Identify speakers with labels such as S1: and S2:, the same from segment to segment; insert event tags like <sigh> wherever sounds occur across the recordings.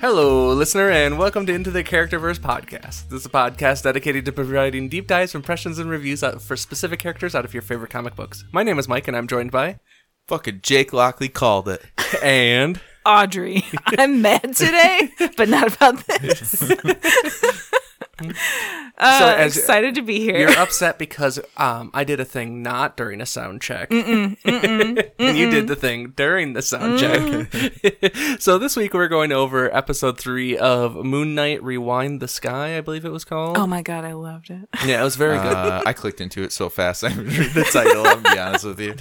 S1: Hello, listener, and welcome to Into the Characterverse podcast. This is a podcast dedicated to providing deep dives, impressions, and reviews out- for specific characters out of your favorite comic books. My name is Mike, and I'm joined by
S2: Fucking Jake Lockley called it.
S1: and
S3: Audrey, <laughs> I'm mad today, but not about
S1: <laughs>
S3: this. <laughs> uh,
S1: So as-
S3: excited to be here.
S1: you're upset because um, I did a thing not during a sound check, <laughs> and you did the thing during the sound check. <laughs> so this week we're going over episode three of Moon Knight: Rewind the Sky, I believe it was called.
S3: oh my god, I loved it.
S1: Yeah, it was very good.
S2: Uh, I clicked into it so fast I didn't read the title. I'm gonna be honest with you.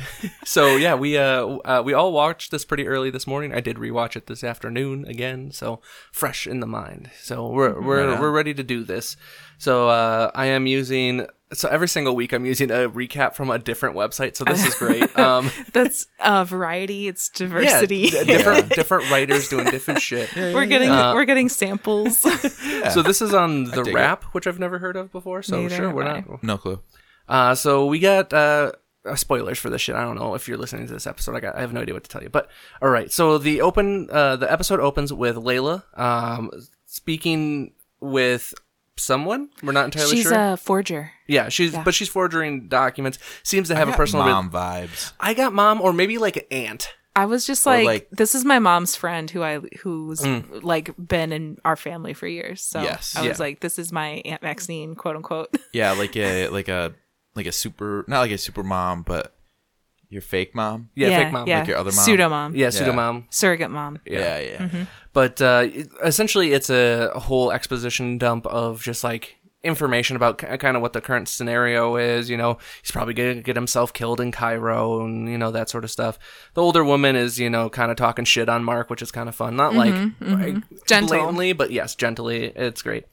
S1: So yeah, we uh, w- uh we all watched this pretty early this morning. I did rewatch it this afternoon again, so fresh in the mind. So we're
S3: Mm-hmm.
S1: we're
S2: Right on.
S1: we're ready to do this. So uh, I am using so every single week I'm using a recap from a different website. So
S3: <laughs>
S1: this is great. Um,
S3: That's uh, variety. It's
S1: yeah,
S3: diversity.
S1: d- different Uh, different writers doing different shit.
S3: <laughs> we're getting we're getting
S1: <laughs>
S3: samples.
S1: So this is on the
S2: dig it.
S1: wrap, which I've never heard of before. So
S3: Neither
S1: sure,
S3: have
S1: we're
S3: I.
S1: not
S2: No clue.
S1: Uh, so we got uh, uh, spoilers for this shit. I don't know if you're listening to this episode. I got I have no idea what to tell you. But all right, so the open uh, the episode opens with Layla um, speaking with someone. We're not entirely
S3: She's
S1: sure.
S3: a forger.
S1: yeah, she's but she's forging documents. Seems to have a personal. rel-
S2: mom vibes.
S1: I got mom, or maybe like an aunt.
S3: I was
S1: Oh,
S3: just like,
S2: like-
S3: this is my mom's friend who I who's like been in our family for years. So
S2: Yes.
S3: I was
S1: Mm. Yeah.
S3: like, this is my aunt Maxine, quote unquote.
S2: Yeah, like a like a like a super not like a super mom, but your fake mom.
S1: Yeah, fake mom.
S3: yeah.
S1: Like,
S2: your other mom?
S3: pseudo mom,
S1: yeah, pseudo mom.
S3: surrogate mom.
S2: yeah, yeah.
S1: But uh, it- essentially, it's a whole exposition dump of just like information about kind of what the current scenario is. You know, he's probably going to get himself killed in Cairo and, you know, that sort of stuff. The older woman is, you know, kind of talking shit on Mark, which is kind of fun. Not like, like
S3: Gentle.
S1: blatantly, but yes, gently. It's great.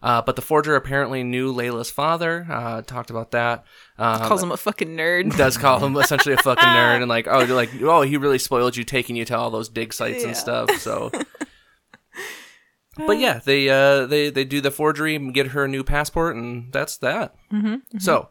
S1: Uh, but the forger apparently knew Layla's father. Uh, talked about that. Um,
S3: Calls him a fucking nerd.
S1: does call him essentially a fucking nerd and like oh you're like oh he really spoiled you taking you to all those dig sites and stuff so but yeah they uh they they do the forgery and get her a new passport and that's that so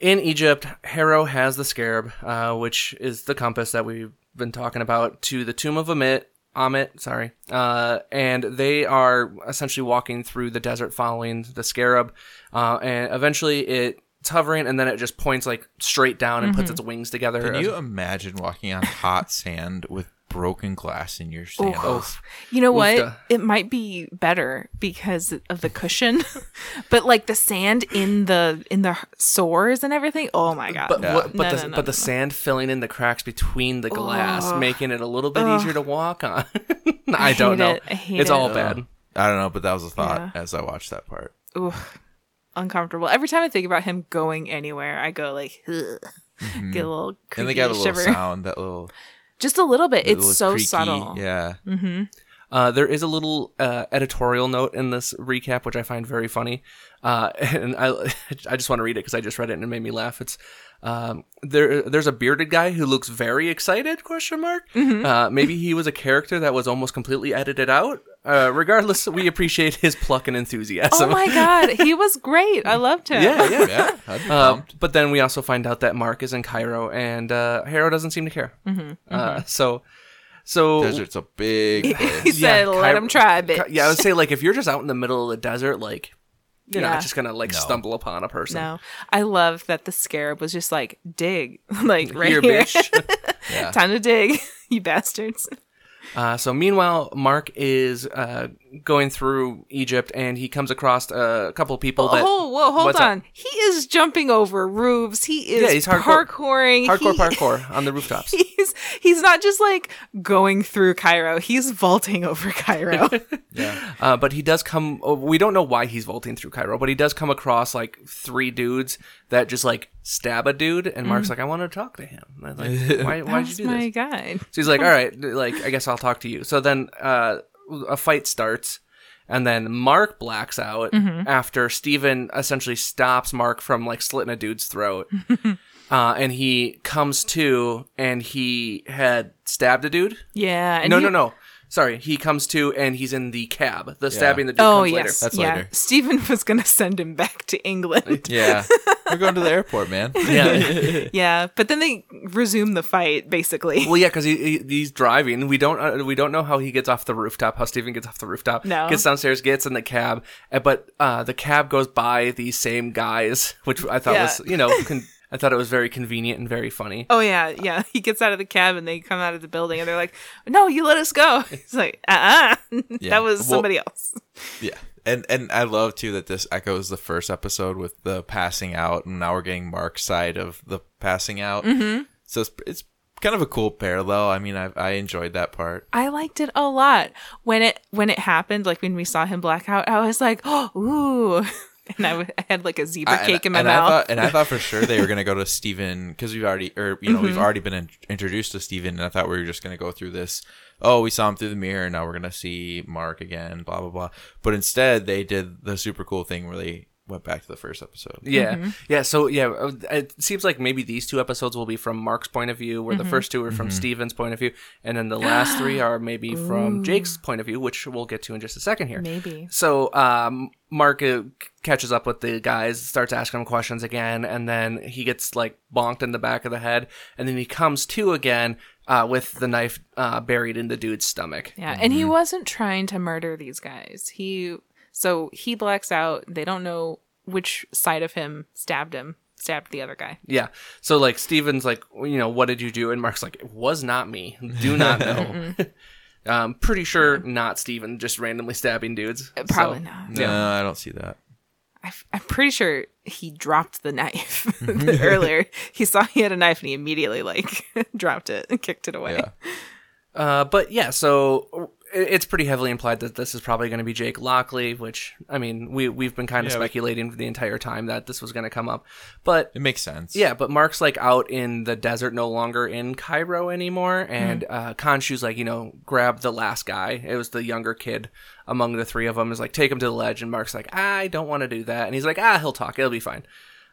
S3: Mm-hmm.
S1: in egypt harrow has the scarab uh, which is the compass that we've been talking about to the tomb of amit amit sorry uh, and they are essentially walking through the desert following the scarab uh, and eventually it's hovering and then it just points like straight down and
S3: Mm-hmm.
S1: puts its wings together
S2: Can you imagine walking on hot sand with broken glass in your sandals?
S3: You know what?
S1: Oofda.
S3: It might be better because of the cushion, <laughs> but like the sand in the in the sores and everything. Oh my god!
S1: But what, but
S3: No,
S1: the
S3: no, no,
S1: but the
S3: no, no.
S1: sand filling in the cracks between the glass, making it a little bit easier to walk on. <laughs> I, don't
S3: hate
S1: know.
S3: it. I hate
S1: it's all
S3: it.
S1: bad.
S2: I don't know, but that was a thought as I watched that part.
S3: Oof. uncomfortable. Every time I think about him going anywhere, I go like "Ugh." get a little creepy
S2: And they got a little
S3: shiver.
S2: sound, that little,
S3: Just a little bit.
S2: that little
S3: it's so
S2: creaky-
S3: subtle.
S2: Yeah.
S1: Uh, there is a little uh, editorial note in this recap, which I find very funny, uh, <laughs> and I I just want to read it because I just read it and it made me laugh. It's um, there. There's a bearded guy who looks very excited. Question mark.
S3: Mm-hmm.
S1: Uh, maybe he was a character that was almost completely edited out. Uh, regardless, we appreciate his pluck and
S3: Oh
S1: enthusiasm. <laughs>
S3: my god, he was great. I loved him.
S1: yeah, yeah.
S2: Yeah. I'd be
S1: Uh,
S2: pumped.
S1: but then we also find out that Mark is in Cairo, and uh, Harrow doesn't seem to care.
S3: Mm-hmm.
S1: Uh, so, so
S2: Desert's a big place.
S3: <laughs> He said, "Let
S1: Cairo-
S3: him try, bitch."
S1: Ca- Yeah, I would say like if you're just out in the middle of the desert, like you're
S3: Yeah.
S1: not just gonna like stumble upon a person.
S3: No, I love that the scarab was just like dig, <laughs> like right
S1: Here,
S3: here.
S1: bitch. <laughs>
S2: Yeah.
S3: <laughs> Time to dig, you bastards.
S1: Uh, so meanwhile, Mark is uh, going through Egypt, and he comes across uh, a couple people that.
S3: oh, whoa, hold
S1: what's up?
S3: on. He is jumping over roofs. He is
S1: Yeah, he's hardcore-
S3: parkouring. <laughs>
S1: Hardcore
S3: He-
S1: parkour on the
S3: <laughs>
S1: rooftops.
S3: He's he's not just like going through Cairo. He's vaulting
S1: <laughs>
S3: over Cairo.
S2: yeah.
S1: Uh, but he does come. oh, We don't know why he's vaulting through Cairo, but he does come across like three dudes that just like stab a dude, and Mark's like, "I want to talk to him." And I'm like, why? Why'd you
S3: Mm. That's
S1: do
S3: my
S1: this?
S3: guy.
S1: So he's like, "All right, like I guess I'll talk to you." So then uh, a fight starts, and then Mark blacks out
S3: Mm-hmm.
S1: after Steven essentially stops Mark from like slitting a dude's
S3: <laughs>
S1: throat. Uh, and he comes to, and he had stabbed a dude.
S3: Yeah. And
S1: no,
S3: you-
S1: no, no. Sorry, he comes to and he's in the cab. The
S2: Yeah.
S1: stabbing that dude
S3: Oh
S1: comes
S3: yes,
S2: That's <laughs>
S3: yeah.
S2: later.
S3: Stephen <laughs> was gonna send him back to England.
S2: Yeah, we're going to the airport, man.
S1: later. <laughs> Yeah.
S3: yeah, but then they resume the fight basically.
S1: Well, yeah, because he, he he's driving. We don't uh, we don't know how he gets off the rooftop. How Steven gets off the rooftop.
S3: No.
S1: gets downstairs, gets in the cab, uh, but uh, the cab goes by these same guys, <laughs> which I thought
S3: Yeah.
S1: was you
S3: <laughs>
S1: know con- I thought it was very convenient and very funny.
S3: <laughs> Oh yeah, yeah. He gets out of the cab and they come out of the building and they're like, "No, you let us go." <laughs> He's like, <laughs> "Uh, uh
S2: Yeah.
S3: that was
S2: Well-
S3: somebody else."
S2: Yeah. And and I love too that this echoes the first episode with the passing out, and now we're getting Mark's side of the passing out. Mm-hmm. So it's, it's kind of a cool parallel. I mean, I I enjoyed that part.
S3: I liked it a lot when it when it happened. Like when we saw him blackout, I was like, "Oh, ooh." <laughs> And I, w- I had like a zebra
S2: I-
S3: cake in my
S2: and
S3: mouth.
S2: I thought, and I thought for sure
S3: <laughs>
S2: they were gonna go to Steven because we've already, or you know,
S3: Mm-hmm.
S2: we've already been in- introduced to Steven, and I thought we were just gonna go through this. Oh, we saw him through the mirror. Now we're gonna see Mark again. Blah blah blah. But instead, they did the super cool thing where they went back to the first episode.
S1: Yeah,
S3: mm-hmm.
S1: yeah. So yeah, uh, it seems like maybe these two episodes will be from Mark's point of view,
S3: Mm-hmm.
S1: where the first two are from Steven's point of view, and then the last
S3: <gasps>
S1: three are maybe from Jake's point of view, which we'll get to in just a second here.
S3: Maybe.
S1: So um, Mark uh, c- catches up with the guys, starts asking them questions again, and then he gets like bonked in the back of the head, and then he comes to again uh, with the knife uh, buried in the dude's stomach.
S3: Yeah, and
S2: Mm-hmm.
S3: he wasn't trying to murder these guys. He so he blacks out. They don't know which side of him stabbed him, stabbed the other guy.
S1: Yeah. So like Steven's like, you know, what did you do? And Mark's like, it was not me. Do not know. um, pretty sure not Steven just randomly stabbing dudes.
S3: Uh, Probably
S1: So-
S3: not.
S1: Yeah.
S2: No, I don't see that.
S3: I, am pretty sure he dropped the knife <laughs>
S2: Mm-hmm. <laughs>
S3: earlier. He saw he had a knife and he immediately like <laughs> dropped it and kicked it away.
S2: Yeah.
S1: Uh, but yeah, so it- it's pretty heavily implied that this is probably going to be Jake Lockley, which I mean, we we've been kind of
S2: Yeah, we-
S1: speculating the entire time that this was going to come up. But
S2: It makes sense.
S1: Yeah, but Mark's like out in the desert, no longer in Cairo
S2: Hmm.
S1: anymore, and uh, Khonshu's like, you know, grab the last guy. It was the younger kid among the three of them. Is like, take him to the ledge, and Mark's like, I don't want to do that, and he's like, ah, he'll talk, it'll be fine.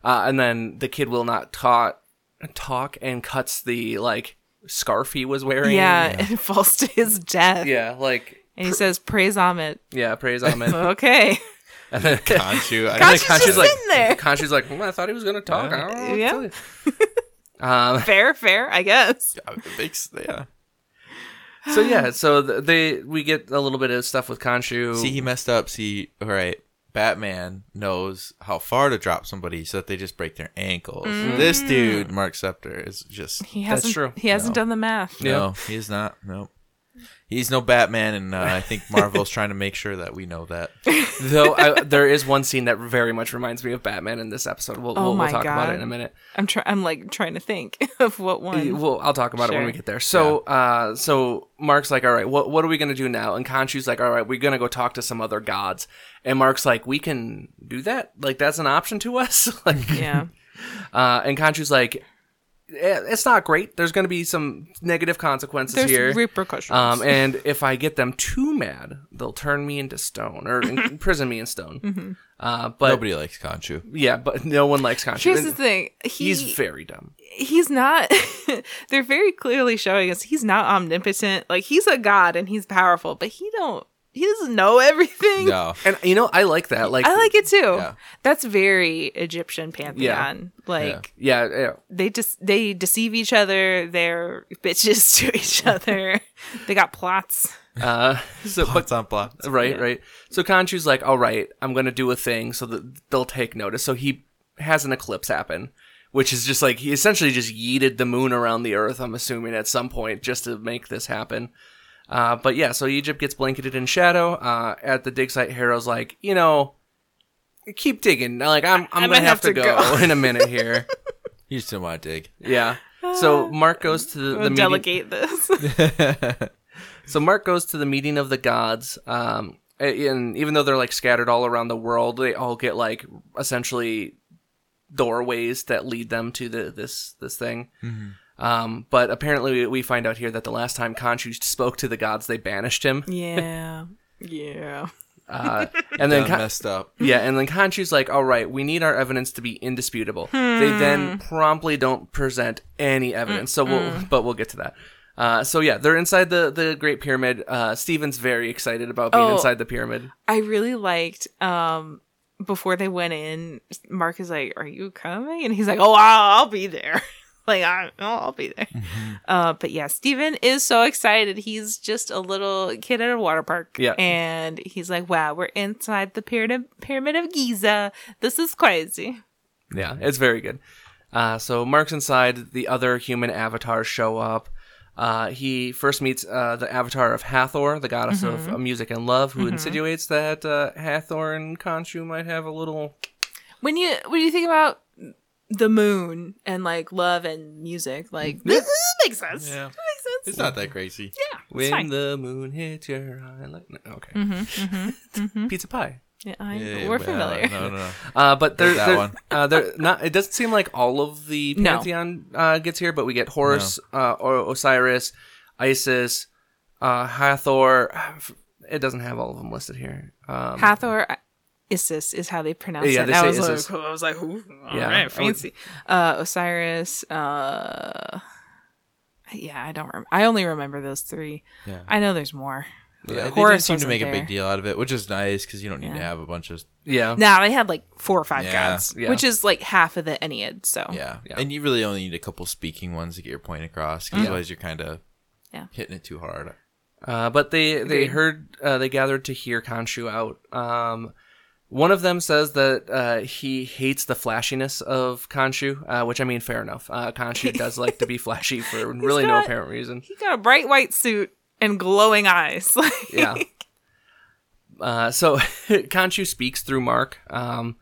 S1: Uh, and then the kid will not talk, talk, and cuts the like scarf he was wearing.
S3: Yeah, and falls to his death.
S1: yeah, like
S3: And he says, Praise Amit.
S1: yeah, praise Amen.
S3: <laughs> Okay. <laughs>
S2: Kanchu. I
S3: Kanchu's
S2: Kanchu's
S3: just
S1: like,
S3: sitting there.
S1: Khonshu's like, "Hmm, I thought he was gonna talk. I don't know what to
S3: Yeah. <laughs>
S1: tell you." Um,
S3: Fair, fair, I guess.
S2: it uh, makes yeah.
S1: So yeah, so th- they we get a little bit of stuff with Khonshu.
S2: See, he messed up. See, all right. Batman knows how far to drop somebody so that they just break their ankles. This dude, Mark Scepter, is just
S3: Mm. He
S1: That's
S3: hasn't
S1: true.
S3: he hasn't done the math.
S1: Yeah.
S2: no. He is not. No, he's no Batman, and uh, I
S3: <laughs>
S2: think Marvel's trying to make sure that we know that.
S1: <laughs> Though I, there is one scene that very much reminds me of Batman in this episode. We'll,
S3: Oh
S1: we'll, we'll
S3: my
S1: talk about it
S3: God.
S1: in a minute.
S3: I'm try- I'm like trying to think <laughs> of what one.
S1: Well, I'll talk about it when
S3: Sure.
S1: we get there. So, uh, so Mark's like, "All right, what what are we gonna do now?" And Khonshu's like, "All right, we're gonna go talk to some other gods." And Mark's like, "We can do that. Like, that's an option to us." <laughs> like,
S3: yeah.
S1: uh, and Khonshu's like, "Eh, "It's not great. There's gonna be some negative consequences
S3: There's
S1: here.
S3: repercussions. <laughs>
S1: Um, and if I get them too mad, they'll turn me into stone or
S3: <laughs>
S1: in- imprison me in stone.
S3: Mm-hmm.
S1: Uh, but
S2: Nobody likes
S3: <laughs>
S2: Conchu.
S1: yeah, but no one likes Khonshu.
S3: Here's
S1: And
S3: the thing. He,
S1: He's very dumb.
S3: he's not <laughs> they're very clearly showing us he's not omnipotent like he's a god and he's powerful but he don't he doesn't know everything
S2: No,
S1: And you know, I like that. Like
S3: i like it too
S2: Yeah.
S3: that's very egyptian pantheon like
S1: Yeah, yeah.
S3: they just they deceive each other they're bitches <laughs> to each other they got plots
S1: Uh, so, but,
S2: what's on plot?
S1: right, right. So Khonshu's like, all right, I'm gonna do a thing so that they'll take notice. So he has an eclipse happen, which is just like he essentially just yeeted the moon around the earth. I'm assuming at some point just to make this happen. Uh, but yeah, so Egypt gets blanketed in shadow. Uh, at the dig site, Harrow's like, you know, keep digging. Like I'm, I'm, gonna have, to, go, <laughs> in a minute here.
S2: You just didn't want to dig.
S1: yeah. So <laughs> Mark goes to the, the
S3: We'll
S1: meeting.
S3: delegate this
S1: <laughs>
S3: <laughs>
S1: So Mark goes to the meeting of the gods. Um, and even though they're like scattered all around the world, they all get like essentially doorways that lead them to the this this thing. Um, but apparently, we, we find out here that the last time Khonshu spoke to the gods, they banished him.
S3: yeah yeah
S1: Uh, and then
S2: Done
S1: Khon-
S2: messed up.
S1: Yeah, and then Khonshu's like, all right, we need our evidence to be indisputable. They then promptly don't present any evidence. So we'll, but we'll get to that. Uh, so yeah, they're inside the the Great Pyramid. Uh, Steven's very excited about being
S3: Oh.
S1: inside the pyramid.
S3: I really liked um before they went in, Mark is like, "Are you coming?" And he's like, "Oh, I'll, I'll be there." <laughs> like, I, oh, "I'll be there."
S1: Mm-hmm.
S3: Uh, but yeah, Steven is so excited. He's just a little kid at a water park.
S1: Yeah.
S3: and he's like, "Wow, we're inside the pyramid pyramid of Giza. This is crazy."
S1: Yeah, it's very good. Uh, so Mark's inside. The other human avatars show up. Uh, he first meets uh, the avatar of Hathor, the goddess of uh, music and love, who insinuates that uh, Hathor and Khonshu might have a little.
S3: When you when you think about the moon and like love and music,
S1: Mm-hmm.
S3: like this makes sense.
S2: Yeah.
S3: It makes sense.
S2: It's not that crazy.
S3: yeah, it's
S1: When
S3: fine. Mm-hmm,
S1: the moon hits your eye. Like... no, Okay. Pizza pie.
S3: Yeah, I,
S2: Yeah,
S3: we're
S2: well,
S3: familiar.
S2: No, no, no.
S1: Uh, but they're,
S2: that
S1: they're-
S2: one.
S1: uh, they're not. It doesn't seem like all of the
S3: No.
S1: pantheon uh, gets here, but we get Horus, uh, o- Osiris, Isis, uh, Hathor. <sighs> It doesn't have all of them listed here. Um,
S3: <laughs> Hathor uh, Isis is how they pronounce
S1: Yeah,
S3: it.
S1: they
S3: I
S1: say
S3: was
S1: Isis.
S3: like, I was like, Ooh, all
S1: Yeah, I would-
S3: right, fancy. Uh, Osiris. Uh, yeah, I don't. Rem- I only remember those three.
S2: Yeah.
S3: I know there's more.
S2: Yeah, they didn't
S3: Horus
S2: seem to
S3: wasn't
S2: make a
S3: there.
S2: big deal out of it, which is nice because you don't need to
S3: Yeah.
S2: have a bunch of
S1: yeah,
S3: Now they had like four or five
S2: Yeah.
S3: gods,
S1: Yeah.
S3: which is like half of the Ennead. So
S2: yeah.
S1: Yeah.
S2: and you really only need a couple speaking ones to get your point across. 'cause Otherwise, you're kind of
S3: Yeah.
S2: hitting it too hard.
S1: Uh, but they they
S3: Agreed.
S1: heard uh, they gathered to hear Khonshu out. Um, one of them says that uh, he hates the flashiness of Khonshu, uh, which I mean, fair enough. Uh,
S3: <laughs>
S1: Khonshu does like to be flashy for really no
S3: got-
S1: apparent reason.
S3: he got a bright white suit and glowing eyes. <laughs> Like,
S1: Yeah. Uh, so <laughs> Khonshu speaks through Mark. Um,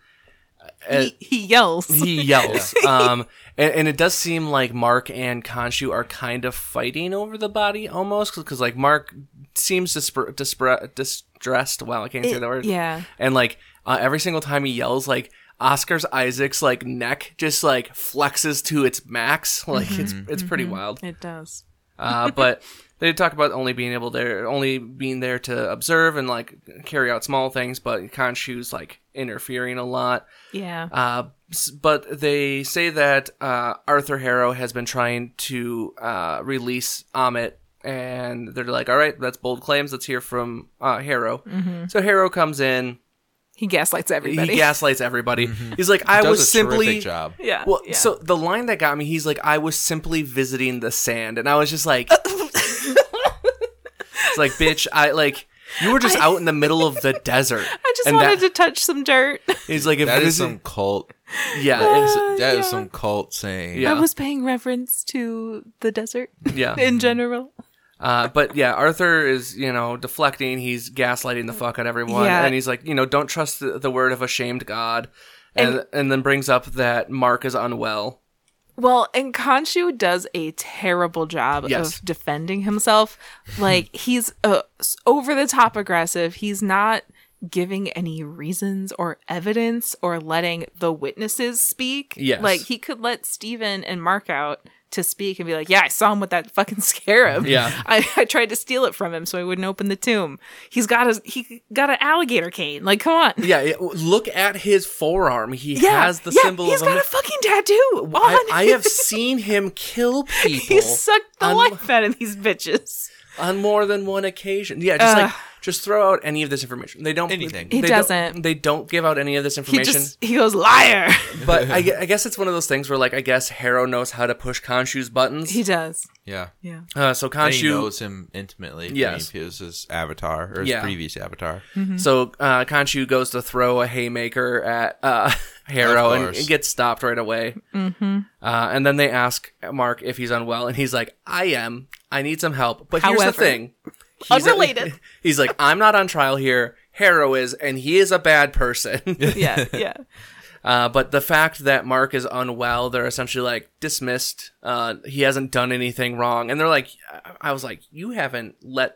S3: he, he yells. <laughs>
S1: he yells. Um, and, and it does seem like Mark and Khonshu are kind of fighting over the body almost because like Mark seems dispr- dispr- distressed. Wow, I can't say
S3: It-
S1: that word.
S3: yeah.
S1: And like uh, every single time he yells, like Oscar's Isaac's like neck just like flexes to its max. <laughs> Like it's it's pretty wild.
S3: It does.
S1: Uh, but <laughs> they talk about only being able there, only being there to observe and like carry out small things. But Khonshu's like interfering a lot.
S3: Yeah.
S1: Uh, s- but they say that uh, Arthur Harrow has been trying to uh, release Amit, and they're like, "All right, that's bold claims. Let's hear from uh, Harrow." So Harrow comes in.
S3: He gaslights everybody.
S1: He gaslights everybody. He's like, "I
S2: Mm-hmm. Does
S1: was
S2: a
S1: simply."
S2: terrific job.
S3: <laughs> yeah.
S1: Well,
S3: yeah.
S1: so the line that got me, he's like, "I was simply visiting the sand," and I was just
S3: <laughs>
S1: like, "It's like, bitch, I like." You were just out in the middle of the desert.
S3: <laughs> I just
S1: and
S3: wanted
S1: that,
S3: to touch some dirt.
S1: He's like, if
S2: That is
S1: this Uh,
S2: some cult.
S3: <laughs>
S1: yeah, it's-
S2: That is
S3: yeah.
S2: some cult saying.
S1: Yeah.
S3: <laughs> I was paying reference to the desert
S1: yeah.
S3: in general.
S1: Uh, but yeah, Arthur is you know deflecting. He's gaslighting the fuck out of everyone,
S3: Yeah.
S1: and he's like, you know, don't trust the, the word of a shamed god, and, and then brings up that Mark is unwell.
S3: Well, and Khonshu does a terrible job
S1: Yes.
S3: of defending himself.
S1: <laughs>
S3: Like he's uh, over the top aggressive. He's not giving any reasons or evidence or letting the witnesses speak.
S1: Yes.
S3: Like he could let Steven and Mark out to speak and be like, "Yeah, I saw him with that fucking <laughs> scarab.
S1: Yeah.
S3: <laughs> I, I tried to steal it from him so he wouldn't open the tomb. He's got a he got an alligator cane. Like, come on."
S1: Yeah, it- look at his forearm. He
S3: Yeah,
S1: has the
S3: yeah,
S1: symbol
S3: He's
S1: of. a
S3: got a fucking tattoo.
S1: I,
S3: on
S1: I
S3: his-
S1: have seen him
S3: <laughs>
S1: kill people
S3: He sucked the
S1: on,
S3: life out of these bitches.
S1: on more than one occasion. Yeah, just like
S3: Ugh.
S1: just throw out any of this information. They don't.
S2: Anything.
S1: They
S3: He
S1: don't-
S3: doesn't.
S1: they don't give out any of this
S3: He
S1: information.
S3: just he goes liar. <laughs>
S1: But I, gue- I guess it's one of those things where like I guess Harrow knows how to push Khonshu's buttons.
S3: he does.
S2: Yeah.
S3: Yeah.
S1: uh, so
S2: And he
S1: Khonshu
S2: knows him intimately. I mean,
S1: Yes.
S2: he was his avatar or his
S1: Yeah.
S2: previous avatar.
S1: So uh, Kanchu goes to throw a haymaker at uh, <laughs> Harrow
S2: Of
S1: and
S2: course.
S1: it gets stopped right away. Mm-hmm. Uh, and then they ask Mark if he's unwell, and he's like, "I am. I need some help." But here's the
S3: However,
S1: thing: He's-
S3: unrelated.
S1: <laughs> he's like, "I'm not on trial here. Harrow is, and he is a bad
S2: <laughs>
S1: person."
S3: <laughs> Yeah. Yeah.
S1: uh, but the fact that Mark is unwell, they're essentially like dismissed. Uh, he hasn't done anything wrong, and they're like, "I was like, you haven't let."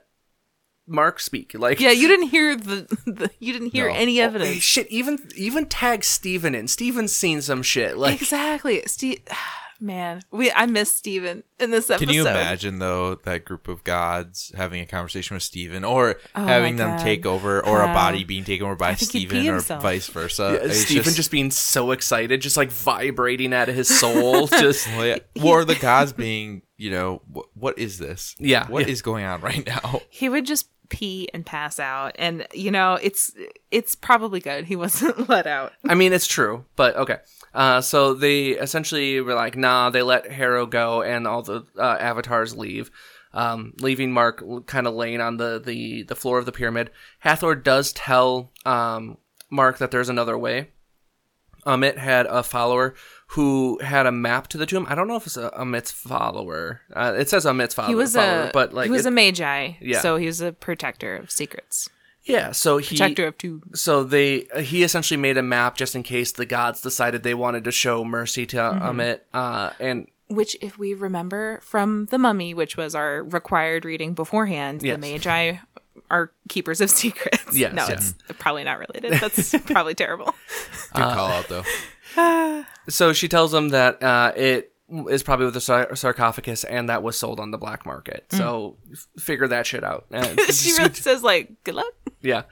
S1: Mark speak like
S3: yeah. You didn't hear the, the you didn't hear
S2: No.
S3: any
S1: Hey,
S3: evidence.
S1: shit, even even tag Steven in. Steven's seen some shit. Like
S3: exactly. Steve <sighs> man, we I miss Steven in this episode.
S2: Can you imagine though that group of gods having a conversation with Steven or having
S3: Oh my
S2: them
S3: God.
S2: take over or a
S3: Yeah.
S2: body being taken over by
S3: think he'd
S2: Steven
S3: pee
S2: or
S3: himself.
S2: vice versa? It's
S1: Steven just, being so excited, just like vibrating out of his soul. <laughs> just
S2: Well, yeah. or the gods being you know, wh- what is this?
S1: Yeah,
S2: what is
S1: yeah.
S2: going on
S1: <laughs>
S2: right now?
S3: He would just pee and pass out, and you know it's it's probably good he wasn't <laughs> let out.
S1: I mean, it's true, but okay. Uh, so they essentially were like, nah, they let Harrow go and all the uh, avatars leave, um, leaving Mark kind of laying on the, the, the floor of the pyramid. Hathor does tell um, Mark that there's another way. Amit had a follower who had a map to the tomb. I don't know if it's a Amit's follower. Uh, it says Amit's follower,
S3: He was
S1: follower,
S3: a
S1: but like,
S3: he was
S1: it-
S3: a magi,
S1: Yeah.
S3: so he was a protector of secrets,
S1: yeah. So he
S3: protector of two.
S1: so they he essentially made a map just in case the gods decided they wanted to show mercy to Amit. Uh, and
S3: Which, if we remember from the Mummy, which was our required reading beforehand,
S1: Yes.
S3: the magi are keepers of <laughs> secrets.
S1: Yes,
S3: no,
S1: yeah.
S3: it's probably not related.
S1: <laughs>
S3: That's probably terrible.
S2: Good
S1: Uh,
S2: call out though.
S1: so she tells him that uh, it is probably with the sar- sarcophagus and that was sold on the black market. So f- figure that shit out. Uh,
S3: she really says like, "Good luck."
S1: yeah.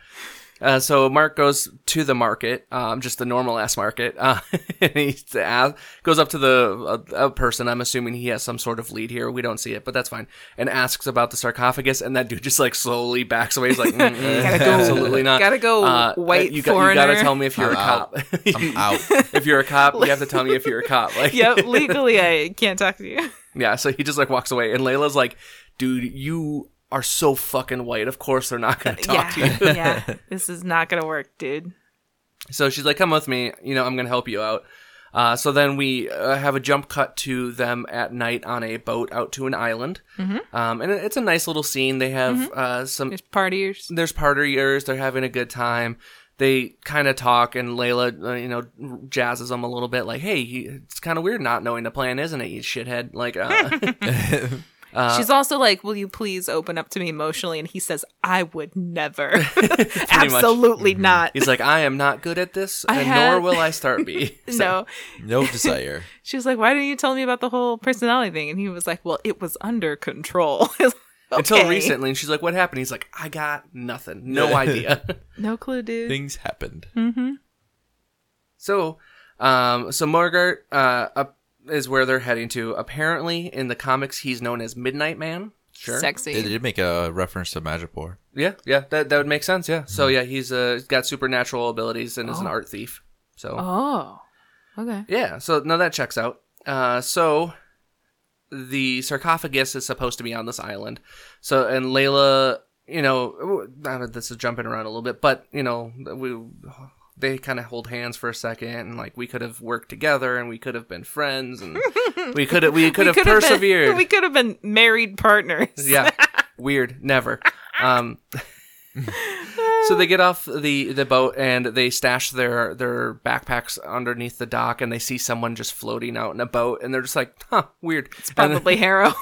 S1: Uh, so Mark goes to the market, um, just the normal ass market, uh, <laughs> and he ask, goes up to the uh, a, a person. I'm assuming he has some sort of lead here. We don't see it, but that's fine. And asks about the sarcophagus, and that dude just like slowly backs away. He's
S3: <laughs>
S1: like, "Mm, mm,
S3: Gotta go.
S1: absolutely not. Uh,
S3: Gotta go, white
S1: you, got, you gotta
S3: foreigner."
S1: tell me if you're a
S2: out.
S1: cop. <laughs> You-
S2: I'm out.
S1: if you're a cop, you have to tell me if you're a cop. Like,
S3: Yep, legally I can't talk to you.
S1: <laughs> yeah. So he just like walks away, and Layla's like, dude, you are so fucking white. Of course they're not gonna talk to you.
S3: yeah,
S1: <laughs>
S3: yeah. This is not gonna work, dude.
S1: So she's like, "Come with me. You know, I'm gonna help you out." Uh, so then we uh, have a jump cut to them at night on a boat out to an island, mm-hmm. um, and it- it's a nice little scene. They have
S3: Mm-hmm.
S1: uh, some.
S3: There's partiers.
S1: There's partiers. They're having a good time. They kind of talk, and Layla, uh, you know, jazzes them a little bit, like, "Hey, he, it's kind of weird not knowing the plan, isn't it, you shithead?" Like,
S3: <laughs>
S1: uh,
S3: She's also like, "Will you please open up to me emotionally?" And he says, "I
S1: <laughs>
S3: would never. <laughs> Absolutely not.
S1: Mm-hmm. he's like, "I am not good at this,
S3: I
S1: and nor
S3: had-
S1: will I start
S3: <laughs>
S1: be."
S3: No."
S1: <laughs>
S2: No desire.
S3: She was like, "Why didn't you tell me about the whole personality thing?" And he was like, "Well, it was under control." <laughs> It's like,
S1: Until
S3: okay.
S1: recently, and she's like, "What happened?" He's like, "I got nothing,
S3: <laughs>
S1: no idea."
S3: No clue, dude.
S2: Things happened.
S1: Hmm. So, um, so Margaret uh, up is where they're heading to. Apparently, in the comics, he's known as Midnight Man. Sure.
S3: Sexy.
S2: They did make a reference to Magipore.
S1: Yeah, yeah, that that would make sense. Yeah. So yeah, he's uh, got supernatural abilities and is an art thief. So
S3: oh, okay.
S1: yeah, so no, that checks out. Uh, so the sarcophagus is supposed to be on this island. So and Layla, you know, uh, this is jumping around a little bit, but you know, we they kind of hold hands for a second, and like we could have worked together, and we could have been friends,
S3: <laughs>
S1: and we could have we could have
S3: could've been-
S1: persevered.
S3: we could have been married partners.
S1: Yeah. Weird. Never. Um, <laughs> so they get off the, the boat and they stash their, their backpacks underneath the dock and they see someone just floating out in a boat and they're just like, huh, weird.
S3: It's <laughs> probably Harrow.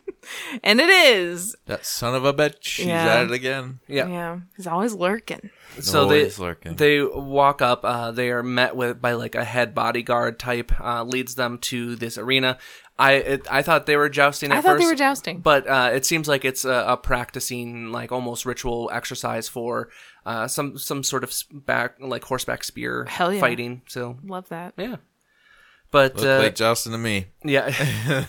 S3: <laughs> and it is.
S2: That son of a bitch. He's
S3: Yeah.
S2: at it again.
S1: Yeah.
S3: Yeah. He's always lurking.
S1: so they
S2: Always lurking.
S1: they walk up. Uh, they are met with by like a head bodyguard type. Uh, leads them to this arena. I it, I thought they were jousting. At
S3: I thought
S1: first,
S3: they were jousting.
S1: but uh, it seems like it's a, a practicing like almost ritual exercise for uh, some some sort of s- back like horseback spear
S3: Hell yeah.
S1: fighting. So
S3: Love that.
S1: yeah, but
S2: Look
S1: uh,
S2: like Justin to
S1: <laughs>
S2: me.
S1: yeah.
S3: <laughs>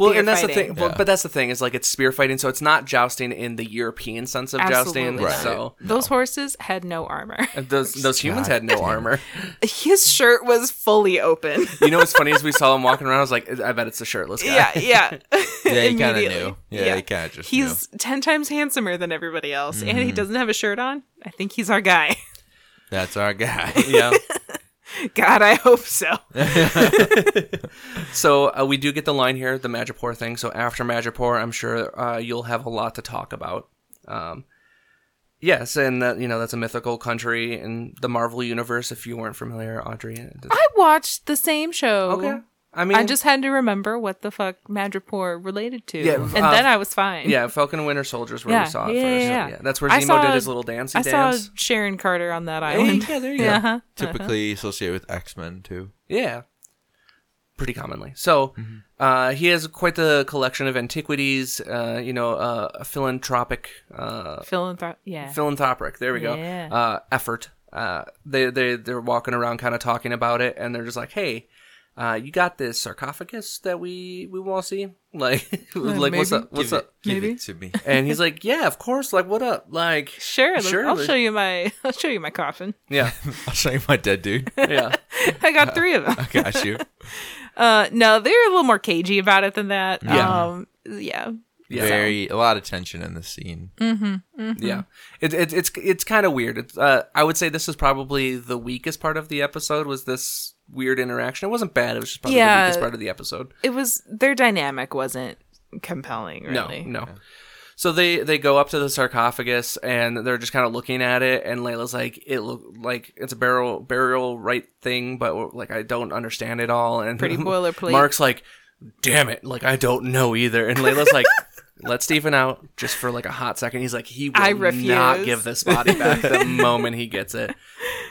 S1: well, and that's the thing.
S3: fighting.
S1: Well, but that's the thing is like it's spear fighting, so it's not jousting in the European sense of jousting.
S3: Absolutely. Right.
S1: So
S3: Those horses had no armor.
S1: those those humans
S2: God
S1: had
S3: <laughs>
S1: no armor.
S3: His shirt was fully open.
S1: You know what's funny is we saw him walking around. I was like, I bet it's a shirtless guy.
S3: yeah, yeah. <laughs>
S2: Yeah, he kind of
S3: Immediately.
S2: knew. Yeah, he kind of just knew.
S3: He's 10 times handsomer than everybody else, and
S1: Mm-hmm.
S3: he doesn't have a shirt on. I think he's our guy. <laughs>
S2: That's our guy.
S1: <laughs> yeah.
S3: God, I hope so.
S1: So uh, we do get the line here, the Madripoor thing. So after Madripoor, I'm sure uh, you'll have a lot to talk about. Um, yes, and that you know that's a mythical country in the Marvel universe. If you weren't familiar, Audrey.
S3: I watched the same show.
S1: Okay. I mean,
S3: I just had to remember what the fuck Madripoor related to.
S1: Yeah,
S3: and
S1: uh,
S3: then I was fine.
S1: yeah, Falcon and Winter Soldiers where
S3: Yeah,
S1: we saw it
S3: yeah,
S1: first.
S3: yeah, yeah.
S1: that's where
S3: I
S1: Zemo
S3: saw-
S1: did his little dancey
S3: I
S1: dance.
S3: saw Sharon Carter on that
S1: Hey,
S3: island.
S1: yeah, there
S3: <laughs>
S1: you go.
S3: Uh-huh.
S2: <laughs> Typically associated with X Men too.
S1: Yeah. Pretty commonly. So, uh, he has quite the collection of antiquities, uh, you know, uh, a philanthropic uh,
S3: Philanthrop- yeah.
S1: philanthropic. There we go.
S3: Yeah.
S1: Uh, effort. Uh, they they they're walking around, kind of talking about it, and they're just like, "Hey, uh, you got this sarcophagus that we we want to see? <laughs> Like, like what's
S3: Hmm, maybe.
S1: up? What's
S2: give
S1: up?
S2: It, give
S3: Maybe.
S2: it to me. <laughs>
S1: And he's like, yeah, of course. Like, what up? Like,
S3: Sure, sure. I'll
S1: Surely.
S3: show you my <laughs> I'll show you my coffin.
S1: <laughs>
S3: <laughs>
S1: yeah,
S2: I'll show you my dead dude. I
S1: yeah. Uh,
S3: I got three of them.
S1: <laughs>
S2: got you.
S3: Uh, no, they're a little more cagey about it than that.
S1: Yeah.
S3: Um, yeah.
S1: Yeah. Mm.
S2: Very a lot of tension in this scene.
S1: Yeah, it, it, it's it's kind of weird. It's, uh, I would say this is probably the weakest part of the episode. Was this weird interaction? It wasn't bad. It was just probably
S3: Yeah.
S1: the weakest part of the episode.
S3: It was their dynamic wasn't compelling really.
S1: No, no. So they they go up to the sarcophagus and they're just kind of looking at it. And Layla's like, "It look like it's a burial burial right thing, but like I don't understand it all." And <laughs>
S3: Pretty boilerplate.
S1: Mark's like, "Damn it! Like I don't know either." And Layla's
S3: <laughs>
S1: like. Let Stephen out just for like a hot second. He's like, he will
S3: I
S1: not
S3: refuse.
S1: give this body back
S3: <laughs>
S1: the moment he gets it.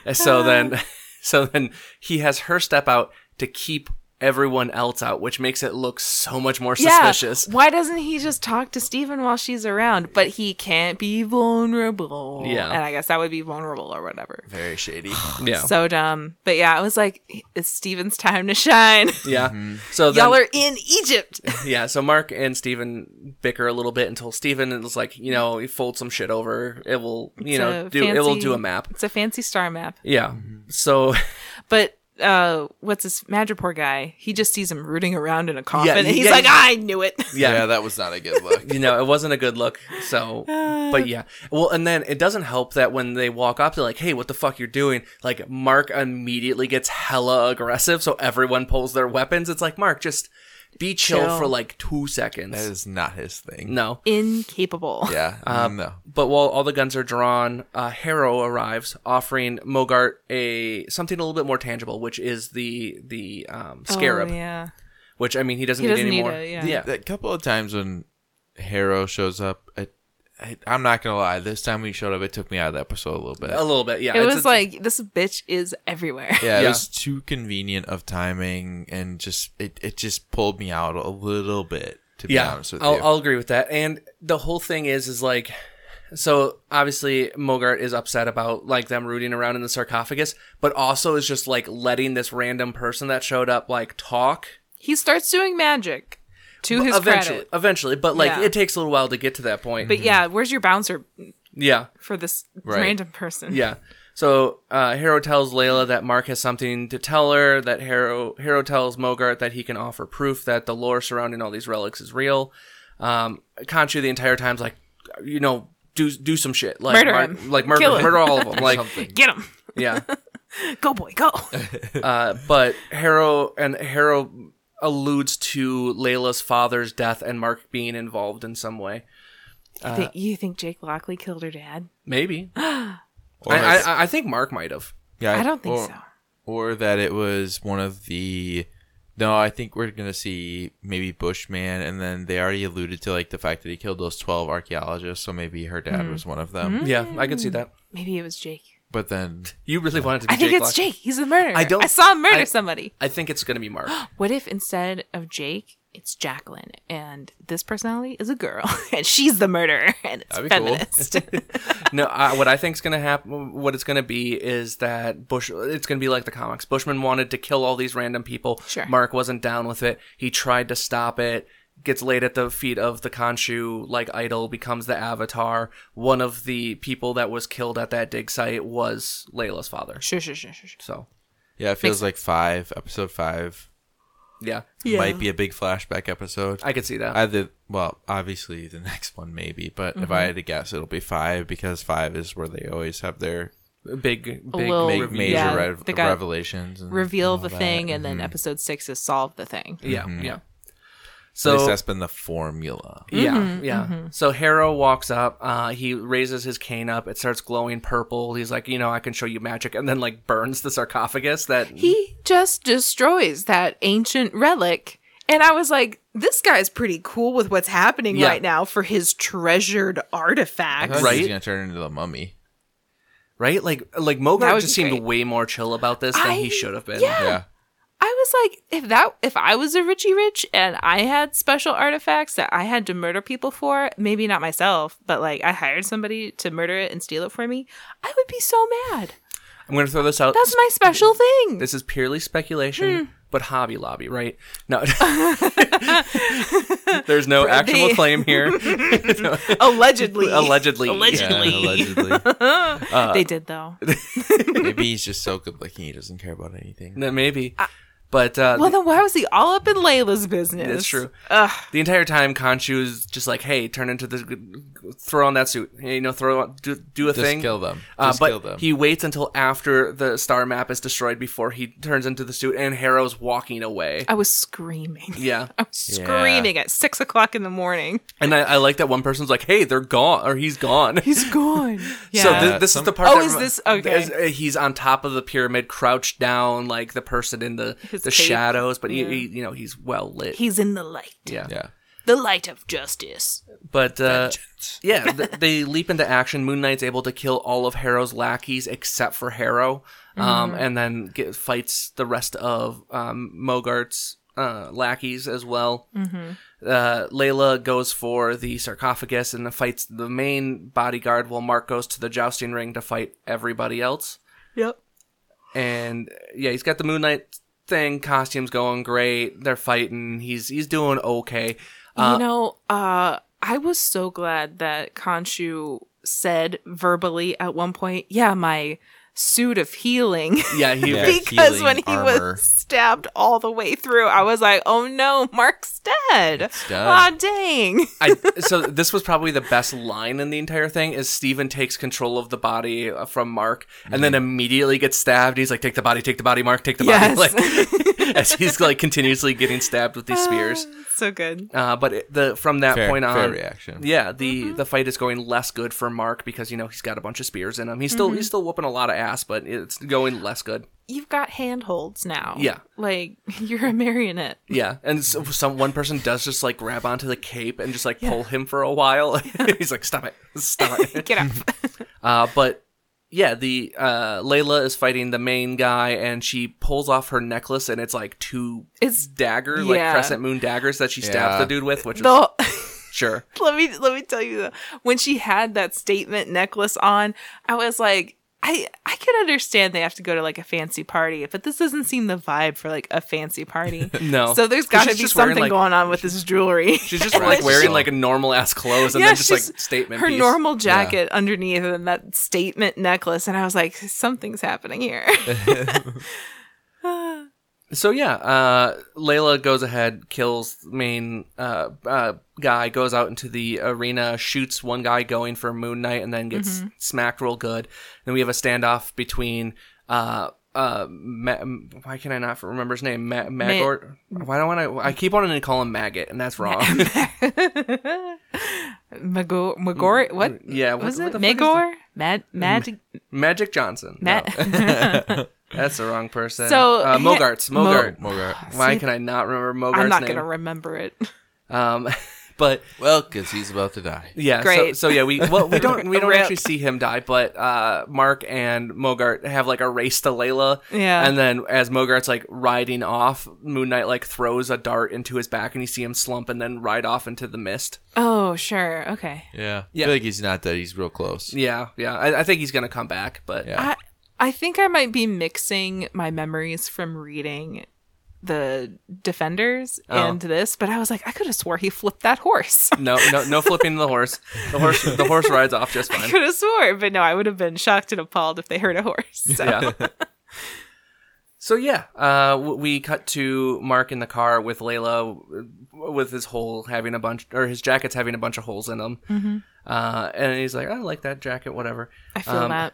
S1: And so then, <laughs> so then he has her step out to keep everyone else out, which makes it look so much more suspicious.
S3: Yeah. Why doesn't he just talk to Steven while she's around? But he can't be vulnerable.
S1: Yeah.
S3: And I guess that would be vulnerable or whatever.
S2: Very shady.
S1: <sighs>
S2: <laughs>
S1: Yeah.
S3: So dumb. But yeah, I was like, it's Steven's time
S1: <laughs>
S3: to shine.
S1: Yeah.
S2: Mm-hmm.
S1: So then,
S3: Y'all are in
S1: <laughs>
S3: Egypt.
S1: yeah. So Mark and Steven bicker a little bit until Steven is like, you know, he folds some shit over. It will, you
S3: It's
S1: know,
S3: a
S1: do it will
S3: fancy-
S1: do a map.
S3: It's a fancy star map.
S1: Yeah.
S2: Mm-hmm.
S1: So <laughs>
S3: But uh what's this Madripoor guy? He just sees him rooting around in a coffin and he's
S1: yeah,
S3: like,
S1: yeah.
S3: I knew it.
S1: yeah.
S2: that was not a
S1: <laughs>
S2: good look.
S1: You know, it wasn't a good look.
S3: <sighs>
S1: So, but yeah. Well, and then it doesn't help that when they walk up, they're like, "Hey, what the fuck you're doing?" Like, Mark immediately gets hella aggressive. So everyone pulls their weapons. It's like, Mark, just be chill,
S3: Chill.
S1: for like two
S2: that
S1: seconds.
S2: is not his thing.
S1: no.
S3: <laughs>
S1: Uh,
S3: Incapable.
S2: Yeah. mm, no.
S1: But while all the guns are drawn, uh, Harrow arrives, offering Mogart a something a little bit more tangible, which is the the um, scarab.
S3: Oh, yeah.
S1: Which I mean, he doesn't
S3: He
S1: need
S3: doesn't need
S1: anymore.
S3: it, yeah.
S1: yeah,
S2: A couple of times when Harrow shows up, I, I, I'm not gonna lie. This time when he showed up, it took me out of the episode a little bit.
S1: a little bit. Yeah,
S3: It
S1: It's- it's-
S3: was like this bitch is everywhere.
S2: Yeah, it
S1: Yeah.
S2: was too convenient of timing, and just it, it just pulled me out a little bit. To be
S1: yeah.
S2: honest with
S1: I'll,
S2: you,
S1: I'll agree with that. And the whole thing is is like, so obviously Mogart is upset about like them rooting around in the sarcophagus, but also is just like letting this random person that showed up like talk
S3: <laughs> He starts doing magic to his
S1: eventually.
S3: credit.
S1: Eventually, but like
S3: Yeah.
S1: it takes a little while to get to that point.
S3: But yeah, where's your bouncer
S1: yeah.
S3: for this
S2: Right.
S3: random person?
S1: Yeah. So uh, Harrow tells Layla that Mark has something to tell her. That Harrow Harrow tells Mogart that he can offer proof that the lore surrounding all these relics is real. Um, Conchu the entire time's like, you know, do do some shit, like
S3: Murder
S1: mar-
S3: him.
S1: like murder,
S3: Kill him.
S1: murder all of
S2: <laughs>
S1: them, like
S2: something.
S3: Get him.
S1: yeah.
S3: Go boy, <laughs> go.
S1: Uh, but Harrow and Harrow alludes to Layla's father's death and Mark being involved in some way.
S3: you, think, you think Jake Lockley killed her dad?
S1: Maybe I,
S2: Or that's-
S1: I I think Mark might have.
S2: yeah,
S3: I don't think
S2: or-
S3: so.
S2: Or that it was one of the. No, I think we're gonna see maybe Bushman, and then they already alluded to like the fact that he killed those twelve archaeologists, so maybe her dad
S3: Hmm.
S2: was one of them.
S1: Yeah, I could see that.
S3: Maybe it was Jake.
S2: But then
S1: You really wanted to be
S3: I think
S1: Jake
S3: it's
S1: Lock-
S3: Jake. He's the murderer.
S1: I don't-
S3: I saw him murder
S1: I-
S3: somebody.
S1: I think it's gonna be Mark.
S3: What if instead of Jake, it's Jacqueline, and this personality is a girl, <laughs> and she's the murderer, <laughs> and it's
S2: That'd be cool.
S3: feminist.
S1: no, uh, what I think's gonna happen, what it's gonna be is that Bush, it's gonna be like the comics. Bushman wanted to kill all these random people.
S3: Sure.
S1: Mark wasn't down with it. He tried to stop it. Gets laid at the feet of the Khonshu, like idol, becomes the avatar. One of the people that was killed at that dig site was Layla's father.
S3: sure, sure, sure, sure. sure.
S1: So,
S2: yeah, it feels like five episode five
S1: yeah,
S2: might be a big flashback episode.
S1: I could see that.
S2: Either well, obviously the next one maybe, but if I
S3: Mm-hmm.
S2: had to guess, it'll be five because five is where they always have their
S1: big, big,
S3: little-
S2: big
S1: reveal.
S2: major
S3: Yeah,
S2: rev-
S3: they got
S2: revelations. And
S3: Reveal
S2: all
S3: the
S2: that.
S3: thing, and then episode six is solve the thing.
S1: yeah, yeah.
S2: At least
S1: So
S2: that's been the formula.
S1: Yeah,
S3: Mm-hmm,
S1: yeah. So Harrow walks up. Uh, he raises his cane up. It starts glowing purple. He's like, you know, I can show you magic, and then like burns the sarcophagus. That
S3: He just destroys that ancient relic. And I was like, this guy's pretty cool with what's happening
S1: Yeah. Uh-huh.
S3: right now for his treasured artifacts.
S1: Right.
S2: He's gonna turn into the mummy.
S1: right, like like
S3: That
S1: Mogart
S3: would
S1: just
S3: be
S1: seemed
S3: great.
S1: way more chill about this than
S3: I-
S1: he should have been.
S3: yeah.
S2: Yeah.
S3: I was like, if that if I was a Richie Rich and I had special artifacts that I had to murder people for, maybe not myself, but like I hired somebody to murder it and steal it for me, I would be so mad.
S1: I'm gonna throw this out.
S3: That's my special thing. Hmm.
S1: This is purely speculation, but Hobby Lobby, right?
S3: <laughs>
S1: No, <laughs> there's no actual
S3: They-
S1: claim here. <laughs>
S3: <laughs> Allegedly.
S1: Allegedly.
S2: <laughs>
S3: Allegedly.
S2: Yeah,
S3: <laughs>
S2: allegedly.
S3: they did
S1: <laughs>
S3: though.
S2: Maybe he's just so good looking he doesn't care about anything.
S1: That maybe, but uh,
S3: Well, then why was he all up in Layla's business?
S1: That's true.
S3: Ugh.
S1: the entire time Conchu is just like, "Hey, turn into this, throw on that suit, you know, throw on, do, do a
S2: Just
S1: thing,
S2: kill them.
S1: Uh,
S2: Just
S1: but
S2: kill them.
S1: he waits until after the star map is destroyed before he turns into the suit, and Harrow's walking away.
S3: I was screaming.
S1: Yeah,
S3: I was screaming at six o'clock in the morning.
S1: and I, I like that one person's like, "Hey, they're gone," or "He's gone."
S3: He's <laughs> gone. Yeah.
S1: <laughs> So thi- this
S2: Some-
S1: is the part.
S3: Oh,
S1: that
S3: is
S1: remi-
S3: this- okay.
S1: is- uh, he's on top of the pyramid, crouched down like the person in the
S3: His
S1: the
S3: cape.
S1: shadows, but he, he, you know, he's well lit.
S3: He's in the light.
S1: yeah.
S2: yeah.
S3: The light of justice.
S1: but uh, yeah, th- they leap into action. Moon Knight's able to kill all of Harrow's lackeys except for Harrow, um, and then get, fights the rest of um, Mogart's uh, lackeys as well. Uh, Layla goes for the sarcophagus and fights the main bodyguard, while Mark goes to the jousting ring to fight everybody else.
S3: Yep.
S1: And yeah, he's got the Moon Knight thing. Costumes going great. They're fighting. He's he's doing okay.
S3: you know, uh, I was so glad that Khonshu said verbally at one point, yeah, my suit of healing.
S1: Yeah, he
S3: <laughs>
S2: Yeah.
S3: because
S2: healing
S3: when he
S2: armor.
S3: was stabbed all the way through, I was like, oh no, Mark's dead.
S2: dead.
S3: Ah, dang.
S1: I, so this was probably the best line in the entire thing is Steven takes control of the body uh, from Mark and then immediately gets stabbed. He's like, take the body, take the body, Mark, take the
S3: Yes.
S1: body. Like, <laughs> as he's like continuously getting stabbed with these <laughs>
S3: <sighs>
S1: spears.
S3: <laughs> so good.
S1: Uh, but it, the from that
S2: Fair,
S1: point on,
S2: fair reaction.
S1: yeah, the the fight is going less good for Mark because you know he's got a bunch of spears in him. He's still he's still whooping a lot of ass, but it's going less good.
S3: You've got handholds now.
S1: Yeah.
S3: Like, <laughs> you're
S1: <laughs>
S3: a marionette.
S1: Yeah, and so some one person does just like grab onto the cape and just like pull him for a while. <laughs> he's like, stop it, stop it. <laughs>
S3: Get up.
S1: Uh, but yeah, the uh, Layla is fighting the main guy, and she pulls off her necklace, and it's like two
S3: It's-
S1: dagger, like
S3: yeah.
S1: crescent moon daggers that she
S2: Yeah.
S1: stabs the dude with, which is <laughs>
S3: the
S1: sure.
S3: <laughs> let me let me tell you though, when she had that statement necklace on, I was like, I I could understand they have to go to like a fancy party, but this doesn't seem the vibe for like a fancy party.
S1: <laughs> No.
S3: So there's
S1: 'Cause
S3: got to
S1: she's
S3: be
S1: just wearing,
S3: something
S1: like-
S3: going on with this jewelry. <laughs>
S1: She's just like
S2: Right.
S1: wearing
S2: So-
S1: like normal ass clothes, and then just
S3: she's-
S1: like statement.
S3: Her
S1: piece.
S3: normal jacket underneath and that statement necklace, and I was like, something's
S1: <laughs>
S3: happening here.
S1: So yeah, uh, Layla goes ahead, kills main uh, uh, guy, goes out into the arena, shoots one guy going for Moon Knight, and then gets
S3: Mm-hmm.
S1: smacked real good. Then we have a standoff between. Uh, uh, Ma- m- why can I not remember his name? Ma- Magor. why don't I? I keep wanting to call him Maggot, and that's
S3: <laughs>
S1: wrong.
S3: <laughs> Magor, Magor, what?
S1: Mm, yeah, what-
S3: was
S1: what
S3: it
S1: the fuck is
S3: Magor? Mad, Mad,
S1: Magic Johnson. No,
S3: Mad. <laughs>
S1: that's the wrong person.
S3: So-
S1: uh, Mogarts.
S3: Mo-
S1: Mogart.
S2: Mogart.
S3: <laughs>
S1: why can I not remember Mogart's
S3: I'm not
S1: name?
S3: gonna remember it. <laughs>
S1: um, <laughs> but
S2: Well, because he's about to die.
S1: Yeah,
S3: Great.
S1: So, so yeah, we well we don't
S3: <laughs>
S1: we don't
S3: Rip.
S1: actually see him die, but uh, Mark and Mogart have like a race to Layla.
S3: Yeah.
S1: And then as Mogart's like riding off, Moon Knight like throws a dart into his back, and you see him slump and then ride off into the mist.
S3: Oh, sure, okay.
S2: Yeah.
S1: Yeah.
S2: I feel like he's not dead. He's real close.
S1: Yeah, yeah. I, I think he's gonna come back, but
S2: Yeah.
S3: I I think I might be mixing my memories from reading the Defenders
S1: Oh.
S3: and this, but I was like, I could have swore he flipped that horse. <laughs>
S1: no, no, no flipping the horse. The horse, the horse rides off just fine.
S3: could have swore, but no, I would have been shocked and appalled if they heard a horse.
S1: <laughs>
S3: So.
S1: Yeah. So yeah, uh, w- we cut to Mark in the car with Layla, w- with his hole having a bunch, or his jacket's having a bunch of holes in them,
S3: Mm-hmm.
S1: uh, and he's like, "I like that jacket, whatever."
S3: I feel
S1: Um,
S3: that.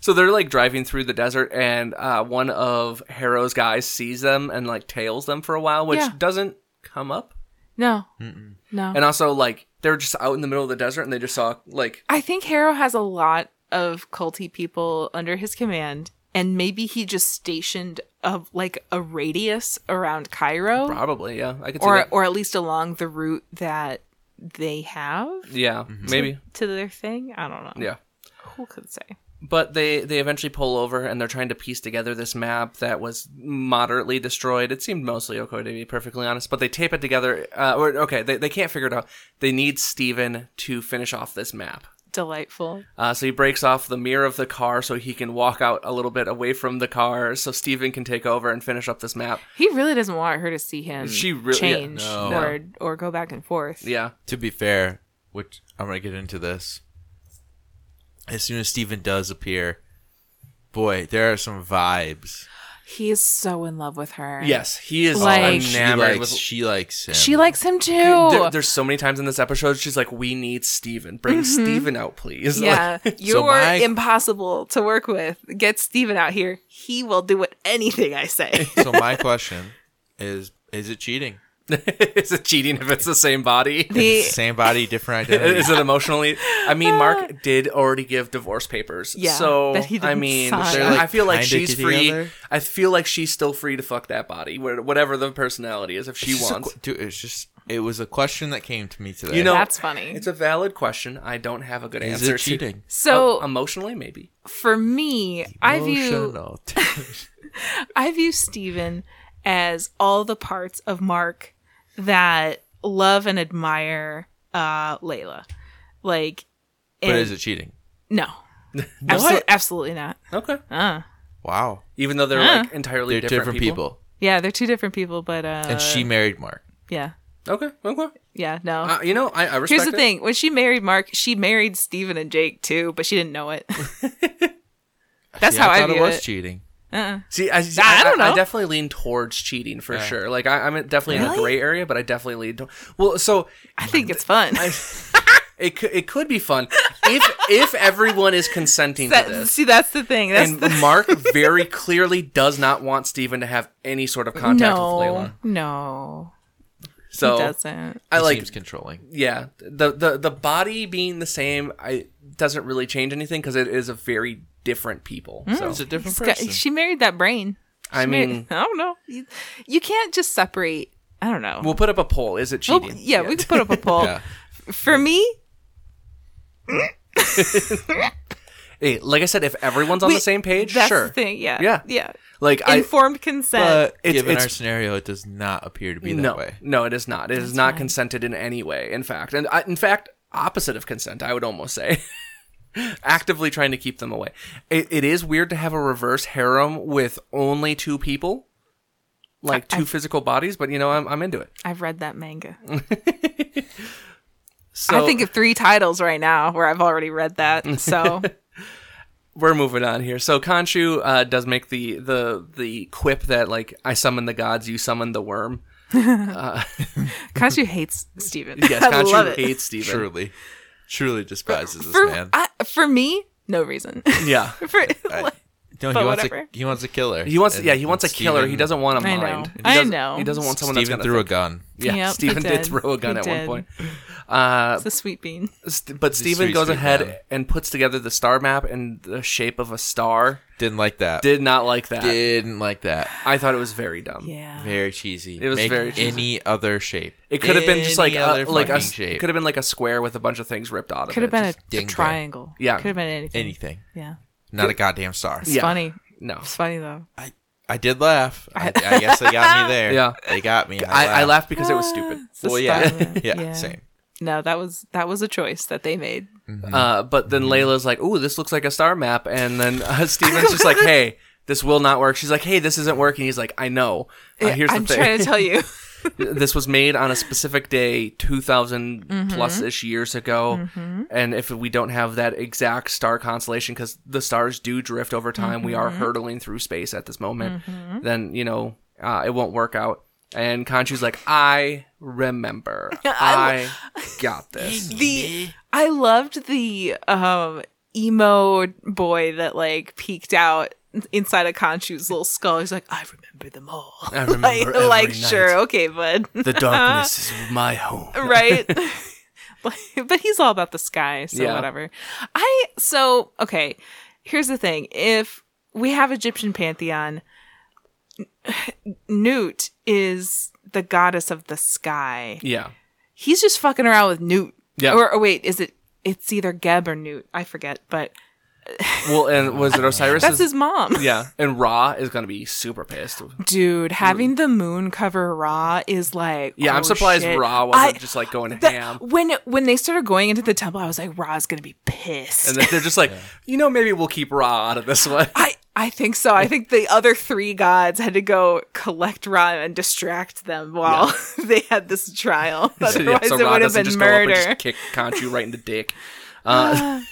S1: So they're like driving through the desert, and uh, one of Harrow's guys sees them and like tails them for a while, which
S3: Yeah.
S1: doesn't come up.
S3: No, no.
S1: And also, like they're just out in the middle of the desert, and they just saw like
S3: I think Harrow has a lot of culty people under his command, and maybe he just stationed of like a radius around Cairo,
S1: probably yeah, I could see
S3: Oh. or
S1: that.
S3: or at least along the route that they have.
S1: yeah, maybe
S3: to their thing. I don't know.
S1: yeah.
S3: Who could say?
S1: but they they eventually pull over and they're trying to piece together this map that was moderately destroyed it seemed mostly okay to be perfectly honest but they tape it together uh, or okay they, they can't figure it out they need steven to finish off this map
S3: Delightful.
S1: Uh, so he breaks off the mirror of the car so he can walk out a little bit away from the car so Steven can take over and finish up this map.
S3: He really doesn't want her to see him
S1: She really- yeah,
S3: change
S2: no.
S3: or or go back and forth.
S1: Yeah.
S2: To be fair, which I'm gonna get into this. As soon as Steven does appear, boy, there are some vibes.
S3: He is so in love with her.
S1: Yes, he is
S3: Like- Oh.
S2: she
S1: enamored
S2: likes,
S1: with.
S2: she likes him.
S3: She likes him too.
S1: There- there's so many times in this episode she's like, "We need Steven. Bring Steven out, please." <laughs> Like,
S3: <laughs> yeah. You're
S2: my-
S3: impossible to work with. Get Steven out here. He will do what anything I
S1: <laughs>
S3: say. <laughs>
S2: so my question is: Is it cheating?
S1: <laughs> is it cheating if it's the same body?
S3: The-
S2: Same body,
S1: <laughs>
S2: different identity.
S1: is it emotionally? I mean, Mark did already give divorce papers,
S3: Uh, Yeah,
S1: so
S3: that he
S1: I
S3: didn't
S1: mean,
S3: sign.
S2: They're, like,
S1: I feel like
S2: kinda
S1: she's free.
S2: together.
S1: I feel like she's still free to fuck that body, wh- whatever the personality is, if she
S2: It's just a
S1: wants.
S2: que- dude, it's just it was a question that came to me today.
S1: You know,
S3: That's funny.
S1: It's a valid question. I don't have a good
S2: is
S1: answer.
S2: it cheating?
S1: To. Oh,
S3: so
S1: emotionally, maybe.
S3: for me, I view
S2: Emotional.
S3: I view Steven as all the parts of Mark that love and admire uh Layla. Like
S2: <laughs> but
S3: and- <laughs>
S2: is it cheating?
S3: No. Absolutely, absolutely not.
S1: Okay.
S3: Uh.
S2: Wow,
S1: Even though they're
S3: Huh.
S1: like entirely
S2: they're
S1: different, people.
S3: Yeah, they're two different people, but uh
S2: and she married Mark.
S3: yeah.
S1: Okay. Okay.
S3: Yeah, no.
S1: Uh, you know, I, I respect.
S3: Here's the
S1: it.
S3: thing. When she married Mark, she married Steven and Jake too, but she didn't know it. <laughs> That's
S2: Yeah,
S3: how
S2: I
S3: I,
S2: thought
S3: view
S2: it was
S3: it.
S2: cheating.
S1: See, I, see,
S3: I
S1: I,
S3: don't
S1: I- I
S3: know.
S1: definitely lean towards cheating for sure. Like I, I'm definitely in a
S3: Really?
S1: gray area, but I definitely lean. To- well, so
S3: I think it's fun.
S1: it could it could be fun if if everyone is consenting
S3: <laughs>
S1: to
S3: That-
S1: this.
S3: see, that's the thing. That's
S1: And
S3: the
S1: Mark very clearly does not want Steven to have any sort of contact with
S3: no,
S1: Layla.
S3: no,
S1: So
S3: he doesn't.
S1: I
S2: It
S1: like
S2: seems controlling.
S1: yeah the, the the body being the same I doesn't really change anything because it is a very different people.
S3: Hmm.
S2: It's
S1: So
S2: a different
S3: It's got-
S2: person.
S3: she married that brain.
S1: I
S3: She married-
S1: mean,
S3: <laughs> I don't know. You, you can't just separate. I don't know.
S1: we'll put up a poll. Is it
S3: Well,
S1: cheating?
S3: Oh, yeah, we could put up a poll.
S2: Yeah.
S3: For me,
S1: Hey, like I said, if everyone's on
S3: we-
S1: the same page,
S3: That's
S1: sure.
S3: the thing. Yeah,
S1: Yeah.
S3: yeah.
S1: Like I uh,
S3: Informed consent.
S2: But
S1: it's-
S2: given
S1: it's-
S2: our scenario, it does not appear to be that
S1: no,
S2: way.
S1: No, it is not. It is not consented in any way. In fact, and I, in fact, opposite of consent, I would almost say. <laughs> Actively trying to keep them away. It, it is weird to have a reverse harem with only two people, like 2 physical bodies. But you know, I'm I'm into it.
S3: I've read that manga.
S1: So
S3: I think of three titles right now where I've already
S1: <laughs>
S3: read that. So
S1: we're moving on here. So Kanchu uh, does make the the the quip that like I summon the gods, you summon the
S3: <laughs>
S1: worm.
S3: Kanju hates Steven.
S1: Yes,
S3: <laughs> I love
S1: Kanchu
S3: it.
S1: hates Steven.
S2: Truly, truly despises this
S3: for,
S2: man.
S3: I, for me, no reason.
S1: <laughs> Yeah.
S3: <laughs> for,
S2: I-
S3: like,
S2: no, he
S3: but
S2: wants
S3: whatever.
S2: a he wants a killer.
S1: He wants,
S2: And-
S1: yeah, he wants a
S2: and
S1: killer. He
S2: Steven-
S1: doesn't want a
S3: I know.
S1: mind. He
S3: I
S1: doesn't-
S3: know.
S1: He doesn't want someone
S2: Steven
S1: that's
S2: threw
S1: gonna.
S2: a gun.
S1: yeah,
S3: Yep, he
S1: Steven did
S3: did.
S1: throw a gun
S3: He
S1: at
S3: did.
S1: one point. Uh,
S3: it's a sweet bean.
S1: st- but
S2: a
S1: Steven
S2: sweet,
S1: goes
S2: sweet
S1: ahead
S2: man.
S1: and puts together the star map in the shape of a star.
S2: Didn't like that.
S1: Did not like that.
S2: Didn't like that.
S1: I thought it was very dumb.
S3: Yeah.
S2: Very cheesy.
S1: It was
S2: Make
S1: very cheesy.
S2: any other shape.
S1: It could have been just like
S2: Any
S1: a,
S2: other
S1: like a
S2: fucking shape.
S1: could have been like a square with a bunch of things ripped out of it.
S3: Could have been a,
S1: Just-
S3: a
S2: ding dong.
S3: triangle.
S1: Yeah.
S3: Could have been anything.
S2: anything.
S3: yeah.
S2: Not a goddamn star.
S3: It's
S1: Yeah.
S3: funny.
S1: no.
S3: It's funny though.
S2: I, I did laugh. I, I guess they got <laughs> me there.
S1: Yeah.
S2: they got me.
S1: I, I laughed because it was
S3: Ah.
S1: stupid.
S3: It's a
S2: Well, yeah.
S3: style of-
S2: yeah, <laughs> same.
S3: No, that was that was a choice that they made.
S1: Uh, but then Layla's like, "Ooh, this looks like a star map," and then
S3: <laughs>
S1: uh, Steven's just like, "Hey, this will not work." She's like, "Hey, this isn't working." He's like, "I know." Uh, here's
S3: I'm
S1: the thing.
S3: trying to tell
S1: <laughs>
S3: you.
S1: this was made on a specific day 2000
S3: Mm-hmm.
S1: plus ish years ago and if we don't have that exact star constellation because the stars do drift over time we
S3: Mm-hmm.
S1: are hurtling through space at this moment then you know uh, it won't work out and Kanchu's like i remember
S3: <laughs>
S1: i got this
S3: the I loved the um emo boy that like peeked out inside of Kanchu's little skull. He's like, I remember them all.
S1: I remember
S3: <laughs> like,
S1: every
S3: like
S1: night.
S3: sure, okay, bud.
S1: the <laughs> darkness is my home
S3: <laughs> right? <laughs> but, but he's all about the sky, so
S1: Yeah.
S3: whatever. I so okay. Here's the thing: if we have Egyptian pantheon, <sighs> Newt is the goddess of the sky.
S1: yeah
S3: He's just fucking around with Newt. oh,
S1: Yeah.
S3: Or, or wait, is it? It's either Geb or Newt. I forget, but
S1: Well, and was it Osiris?
S3: That's his mom.
S1: <laughs> yeah, and Ra is gonna be super pissed.
S3: Dude, having the moon cover Ra is like
S1: Yeah,
S3: oh,
S1: I'm surprised
S3: shit.
S1: Ra wasn't
S3: I-
S1: just like going
S3: the-
S1: ham.
S3: when when they started going into the temple, I was like, Ra's gonna be pissed.
S1: And then they're just like, you know, maybe we'll keep Ra out of this one.
S3: I I think so. I think the other three gods had to go collect Ra and distract them while <laughs> they had this trial. <laughs> Otherwise,
S1: So, <laughs> yeah, so
S3: it
S1: Ra
S3: would have
S1: doesn't
S3: been
S1: just go up and
S3: murder.
S1: just kick Kanchu right in the dick.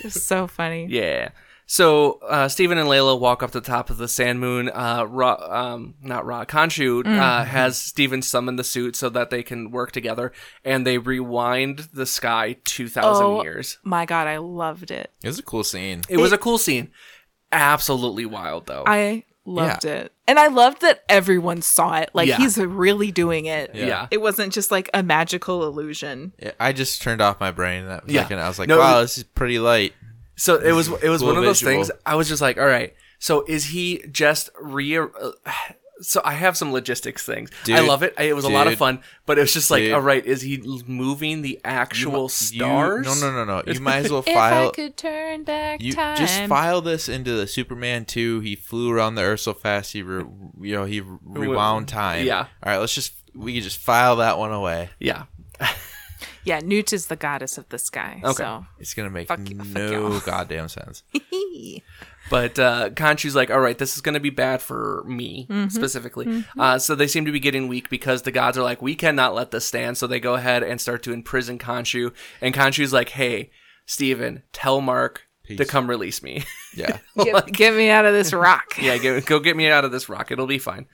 S3: It's so funny.
S1: Yeah. So uh, Stephen and Layla walk up to the top of the Sand Moon. Uh, Ra, um, not Ra, Khonshu uh,
S3: Mm-hmm.
S1: has Stephen summon the suit so that they can work together, and they rewind the sky two thousand
S3: Oh.
S1: years.
S3: My God, I loved it.
S2: It was a cool scene.
S1: It, was a cool scene. Absolutely wild though.
S3: I loved it, and I loved that everyone saw it. Like
S1: Yeah.
S3: he's really doing it.
S1: yeah.
S2: Yeah.
S3: It wasn't just like a magical illusion.
S2: Yeah, I just turned off my brain that
S1: Yeah.
S2: second. I was like,
S1: No,
S2: wow,
S1: it-
S2: this is pretty light.
S1: So it was it was
S2: Cool
S1: one of those
S2: visual.
S1: things. I was just like, all right. So is he just re? <sighs> uh, So I have some logistics things. I
S2: Dude,
S1: love it. I, it was a lot of
S2: dude,
S1: fun, but it was just like,
S2: dude.
S1: all right, is he l- moving the actual
S2: You-
S1: stars?
S2: no, no, no, no. You might
S1: <laughs>
S2: as well file.
S3: could turn back
S2: You just file this into the Superman two. He flew around the Earth so fast he, re, you know, he rewound time.
S1: Yeah.
S2: All right, let's just we can just file that one away.
S1: Yeah,
S3: Yeah, Newt is the goddess of the sky.
S1: Okay.
S3: So.
S2: It's gonna make
S3: Fuck y- fuck
S2: no
S3: y'all. <laughs>
S2: goddamn sense.
S1: but uh, Kanchu's like, all right, this is going to be bad for me specifically. Uh, so they seem to be getting weak because the gods are like, we cannot let this stand. So they go ahead and start to imprison Kanchu, and Kanchu's like, hey, Steven, tell Mark to
S2: Peace.
S1: come release me. <laughs>
S2: Yeah.
S3: get, get me out of this rock.
S1: yeah, go, go get me out of this rock. It'll be fine.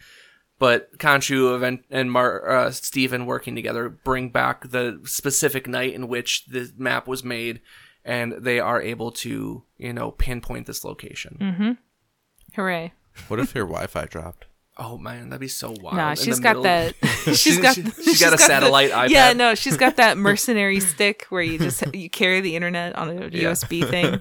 S1: But Kanchu and, and Mar- uh, Steven working together bring back the specific night in which the map was made, and they are able to, you know, pinpoint this location.
S3: Mm. Hooray.
S2: what if your Wi-Fi dropped? <laughs>
S1: Oh man, that'd be so wild.
S3: No,
S1: In the
S3: she's got
S1: middle- <laughs>
S3: that. She's
S1: She-
S3: got.
S1: she-
S3: the-
S1: she got a
S3: the- <laughs>
S1: satellite iPad.
S3: Yeah, no, she's
S1: <laughs>
S3: got that mercenary stick where you just you carry the internet on a USB
S1: <laughs>
S3: thing.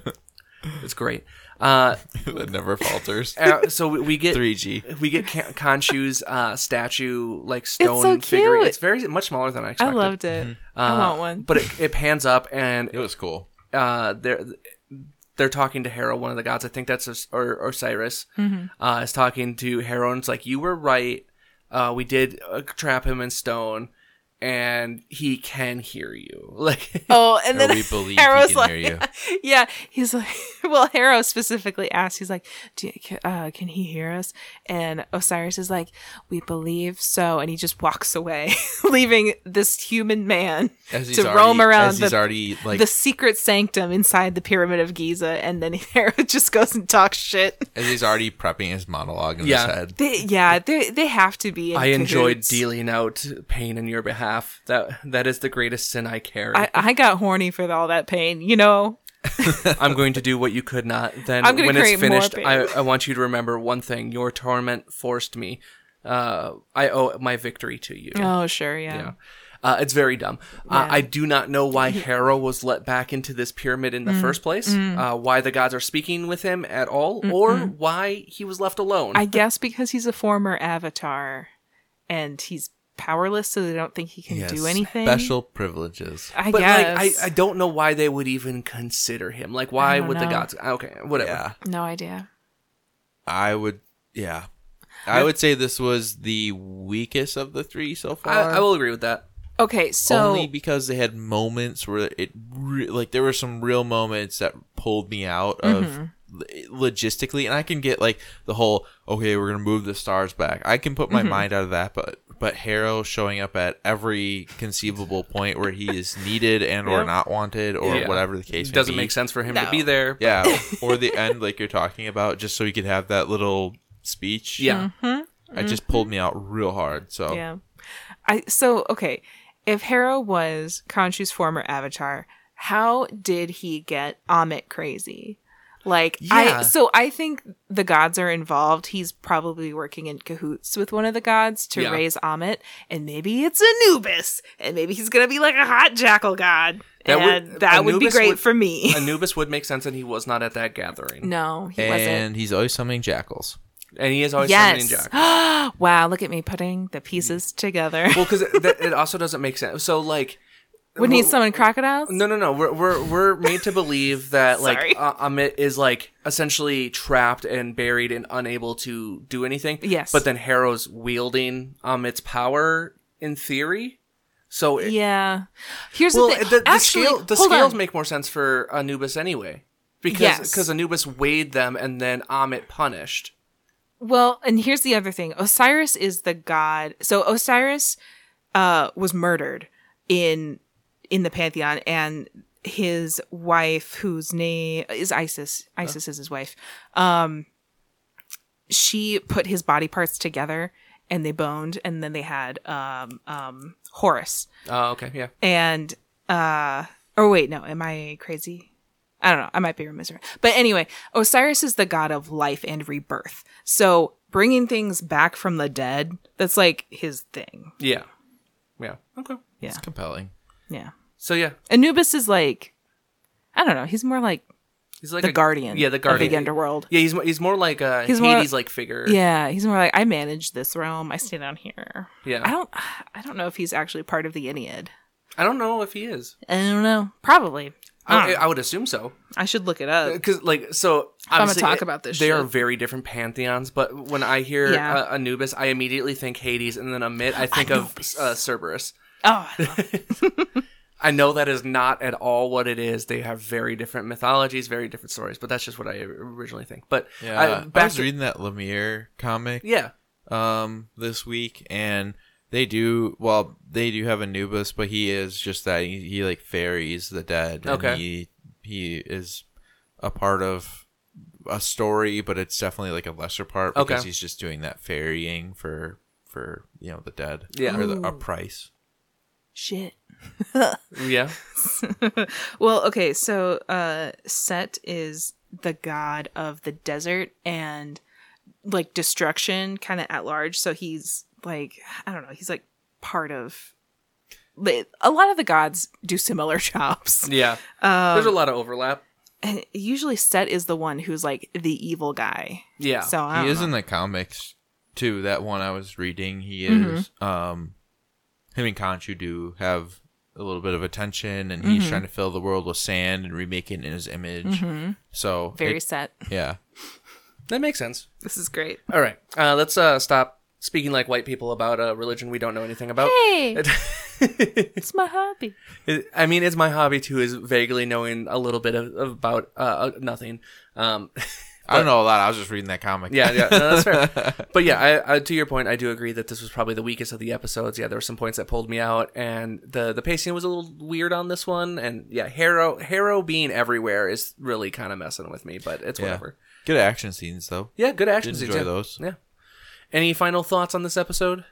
S1: It's great. Uh,
S2: that never
S3: <laughs>
S2: falters.
S1: uh, so we, we get
S2: 3G.
S1: we get Ka- Kanchu's uh, statue like stone
S3: so
S1: figurine.
S3: cute.
S1: It's very much smaller than I
S3: I
S1: expected.
S3: loved it.
S1: Uh,
S3: I want one.
S1: But it, it pans up and
S2: It was cool.
S1: uh, they're they're talking to Hera, one of the gods. I think that's Os- or Osiris
S3: Mm-hmm.
S1: uh, is talking to Hera, and it's like, "You were right. Uh, we did uh, trap him in stone, and he can hear you." <laughs> Like,
S3: oh, and
S2: Or
S3: then <laughs>
S2: we believe he
S3: Harrow's
S2: can
S3: like,
S2: hear
S3: <laughs>
S2: you.
S3: yeah, he's like, <laughs> well, Harrow specifically asks, he's like, Do you, uh, can he hear us? And Osiris is like, we believe so, and he just walks away, <laughs> leaving this human man
S2: As he's
S3: to
S2: already,
S3: roam around
S2: as
S3: the
S2: he's already like
S3: the secret sanctum inside the pyramid of Giza, and then <laughs> Hera just goes and talks shit.
S2: as he's already prepping his monologue in
S1: Yeah.
S2: his head.
S3: They, yeah, they they have to be. In
S1: I enjoyed
S3: cahoots.
S1: dealing out pain in your behalf. That that is the greatest sin I carry. <laughs>
S3: I,
S1: I,
S3: I got horny for all that pain, you know.
S1: am going to do what you could not. Then
S3: I'm gonna
S1: when it's
S3: create more
S1: finished,
S3: pain.
S1: I, I want you to remember one thing: your torment forced me. Uh, I owe my victory to you.
S3: Oh sure, yeah.
S1: Yeah. Uh, it's very dumb. Uh,
S3: Yeah.
S1: I do not know
S3: <laughs>
S1: why Hera was let back into this pyramid in the
S3: Mm.
S1: first place, uh, why the gods are speaking with him at all, or why he was left alone.
S3: I guess because he's a former avatar, and he's powerless, so they don't think he can do anything.
S2: Special privileges.
S3: I
S1: but
S3: guess.
S1: like, I, I don't know why they would even consider him. Like, why
S3: don't
S1: would the
S3: know.
S1: gods? ah, Okay, whatever.
S2: Yeah.
S3: no idea.
S2: I would yeah. I would say this was the weakest of the three so far.
S1: I, I will agree with that.
S3: Okay, so
S2: only because they had moments where it re- like there were some real moments that pulled me out of
S1: Mm-hmm.
S2: lo- logistically and i can get like the whole okay we're gonna move the stars back i can put my
S1: Mm-hmm.
S2: mind out of that but but harrow showing up at every conceivable point where he is needed and or not wanted or
S1: Yeah.
S2: whatever the case
S1: It doesn't
S2: may be.
S1: make sense for him to
S3: No.
S1: be there.
S2: yeah
S3: <laughs>
S2: or the end like you're talking about just so he could have that little speech
S1: Yeah.
S2: it just pulled me out real hard so
S3: Mm-hmm.
S1: Oh.
S3: yeah, I so okay. If Hera was Khonshu's former avatar, how did he get Amit crazy? Like
S1: Yeah.
S3: I so I think the gods are involved. He's probably working in cahoots with one of the gods to
S1: Yeah.
S3: raise Amit, and maybe it's Anubis, and maybe he's gonna be like a hot jackal god,
S1: That would-
S3: and that would be
S1: Anubis
S3: great
S1: would-
S3: for me.
S1: <laughs> Anubis would make sense, and he was not at that gathering.
S3: <laughs> no, he wasn't.
S2: and he's always summoning jackals
S1: And he is always summoning
S3: Yes.
S1: Jack.
S3: <gasps>
S1: Mm.
S3: wow, look at me putting the pieces together.
S1: Well, because it, that- it also doesn't make sense. So, like,
S3: <laughs> Wouldn't he summon crocodiles?
S1: No, no, no. We're we're we're made to
S3: <laughs>
S1: believe that like
S3: Sorry.
S1: uh, Amit is like essentially trapped and buried and unable to do anything.
S3: Yes.
S1: But then Harrow's wielding Amit's power in theory. So it,
S3: Yeah. Here's
S1: well,
S3: the
S1: the,
S3: thing.
S1: the
S3: Actually,
S1: scale the
S3: hold
S1: scales
S3: on.
S1: make more sense for Anubis anyway because
S3: Yes.
S1: because Anubis weighed them and then Amit punished.
S3: Well, and here's the other thing. Osiris is the god. So Osiris uh was murdered in in the pantheon and his wife whose name is Isis.
S1: Uh.
S3: Isis is his wife. Um she put his body parts together and they boned and then they had um um Horus
S1: Oh, okay, yeah.
S3: and uh or wait no am i crazy i don't know i might be remiss but anyway osiris is the god of life and rebirth so bringing things back from the dead that's like his thing
S1: Yeah. Yeah. Okay.
S3: yeah
S2: compelling.
S3: yeah
S1: So yeah,
S3: anubis is like i don't know he's more like
S1: he's like
S3: the
S1: a-
S3: guardian
S1: Yeah, the guardian
S3: of the underworld
S1: Yeah, he's mo- he's more like a
S3: He's more-
S1: Hades like figure.
S3: yeah he's more like i manage this realm i stay down here
S1: Yeah.
S3: i don't i don't know if he's actually part of the ennead
S1: I don't know if he is.
S3: i don't know probably
S1: I,
S3: I,
S1: I would assume so.
S3: I should look it up
S1: Because like so, obviously,
S3: talk
S1: it-
S3: about this
S1: They
S3: shit.
S1: are very different pantheons. But when I hear
S3: Yeah.
S1: uh, Anubis, I immediately think Hades, and then Amit, I think
S3: Anubis.
S1: of uh, Cerberus.
S3: oh I love- <laughs>
S1: I know that is not at all what it is. They have very different mythologies, very different stories. But that's just what I originally think. But
S2: Yeah,
S1: I,
S2: I,
S1: back
S2: was
S1: to-
S2: reading that Lemire comic
S1: yeah,
S2: um this week, and they do well. They do have Anubis, but he is just that he, he like ferries the dead. and
S1: Okay.
S2: he he is a part of a story, but it's definitely like a lesser part because
S1: Okay.
S2: he's just doing that ferrying for for you know the dead.
S1: Yeah.
S2: or the, a price.
S3: shit
S1: yeah,
S3: Well, okay, so uh Set is the god of the desert and like destruction kind of at large, so he's like I don't know, he's like part of like, a lot of the gods do similar <laughs> jobs.
S1: yeah.
S3: Um,
S1: There's a lot of overlap.
S3: And usually Set is the one who's like the evil guy.
S1: Yeah,
S3: So
S2: he
S3: I don't
S2: is
S3: know.
S2: in the comics too. That one I was reading, he is.
S3: Mm-hmm.
S2: Um, him and Conchu do have a little bit of attention, and
S3: Mm-hmm.
S2: he's trying to fill the world with sand and remake it in his image. So
S3: Mm-hmm. very
S2: it-
S3: set.
S2: yeah,
S1: that makes sense.
S3: This is great.
S1: All right, uh, let's uh, stop speaking like white people about a religion we don't know anything about.
S3: Hey,
S1: <laughs>
S3: it's my hobby.
S1: It- I mean, it's my hobby too, is vaguely knowing a little bit of, about uh, uh, nothing. Um, <laughs>
S2: I don't know a lot. I was just reading that comic.
S1: yeah, yeah, no, that's
S2: <laughs>
S1: fair. But yeah, I, I, to your point, I do agree that this was probably the weakest of the episodes. Yeah, there were some points that pulled me out, and the the pacing was a little weird on this one. And yeah, Harrow Harrow being everywhere is really kind of messing with me, but it's
S2: Yeah.
S1: whatever.
S2: <laughs> good action scenes though.
S1: Yeah, good action
S2: Did
S1: scenes,
S2: enjoy
S1: yeah.
S2: those.
S1: Yeah. Any final thoughts on this episode?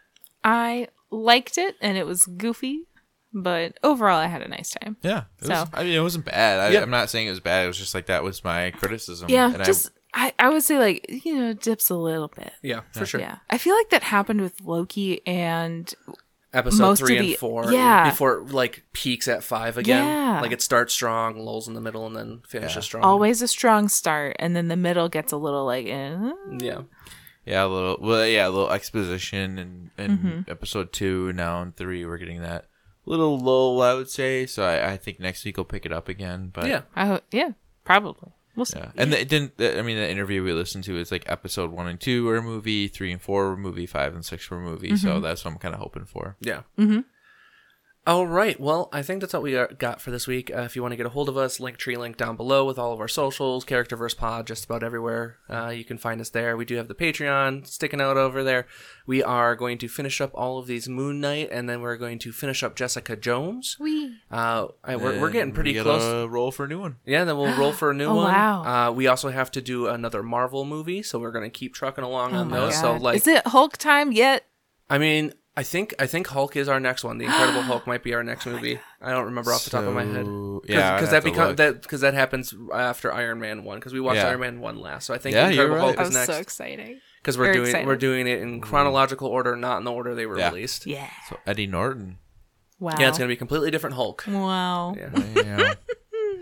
S3: I liked it and it was goofy, but overall I had a nice time.
S2: Yeah, it
S3: So-
S2: was, I mean it wasn't bad. I,
S1: Yeah.
S2: I'm not saying it was bad. It was just like that was my criticism.
S3: Yeah,
S2: and
S3: just I, I would say like you know dips a little bit.
S1: Yeah, for sure.
S3: Yeah, I feel like that happened with Loki and
S1: Episode
S3: Most
S1: three
S3: of
S1: and
S3: the-
S1: four, e-
S3: yeah.
S1: before it, like peaks at five again.
S3: Yeah.
S1: Like it starts strong, lulls in the middle, and then finishes
S2: Yeah.
S1: strong.
S3: always a strong start, and then the middle gets a little like eh.
S1: Yeah.
S2: I, yeah, a little. Well, yeah, a little exposition and and
S1: Mm-hmm.
S2: episode two now and three we're getting that little lull. I would say so. I, I think next week we'll pick it up again. But
S1: Yeah.
S3: I ho- yeah, probably. We'll see.
S2: Yeah. And the, it didn't. The, I mean, the interview we listened to is like episode one and two were a movie, three and four were a movie, five and six were a movie. So
S1: Mm-hmm.
S2: that's what I'm kind of hoping for.
S1: Yeah. Mm-hmm. All right. Well, I think that's all we are, got for this week. Uh, if you want to get a hold of us, link tree link down below with all of our socials, Characterverse Pod, just about everywhere. Uh, you can find us there. We do have the Patreon sticking out over there. We are going to finish up all of these Moon Knight, and then we're going to finish up Jessica Jones.
S3: We
S1: Uh, I, we're, we're
S2: And
S1: getting pretty
S2: we gotta
S1: close.
S2: Roll for a new one.
S1: Yeah, then we'll roll for a new
S3: <gasps> Oh,
S1: one.
S3: wow.
S1: Uh, we also have to do another Marvel movie, so we're going to keep trucking along
S3: oh
S1: on
S3: my
S1: those.
S3: god,
S1: So like,
S3: is it Hulk time yet?
S1: I mean, I think I think Hulk is our next one. The Incredible Hulk might be our
S3: <gasps> Oh
S1: next movie. I don't remember off the top of my head.
S2: So- yeah, I'd
S1: because
S2: have
S1: that
S2: to
S1: becomes
S2: look.
S1: that because that happens after Iron Man one because we watched
S2: Yeah.
S1: Iron Man one last. So I think
S2: Yeah, you're
S1: Incredible
S2: right. Mm.
S1: Hulk
S3: I'm
S1: is
S3: Oh, so
S1: next
S3: exciting.
S1: because we're
S3: Very
S1: doing
S3: excited.
S1: we're doing it in chronological order, not in the order they were
S2: Yeah.
S1: released.
S3: Yeah.
S2: So Eddie Norton.
S3: Wow.
S1: <laughs>
S3: Mm.
S1: Yeah, it's gonna be a completely different Hulk.
S3: Wow.
S1: Yeah.
S2: wow.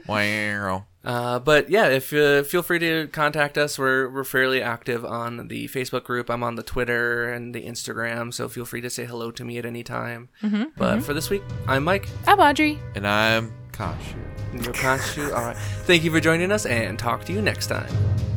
S2: Wow.
S1: Uh, but yeah, if uh, feel free to contact us. We're we're fairly active on the Facebook group. I'm on the Twitter and the Instagram, so feel free to say hello to me at any time. But for this week, I'm Mike.
S3: I'm Audrey.
S2: And I'm Kashu.
S1: Your All right. Thank you for joining us, and talk to you next time.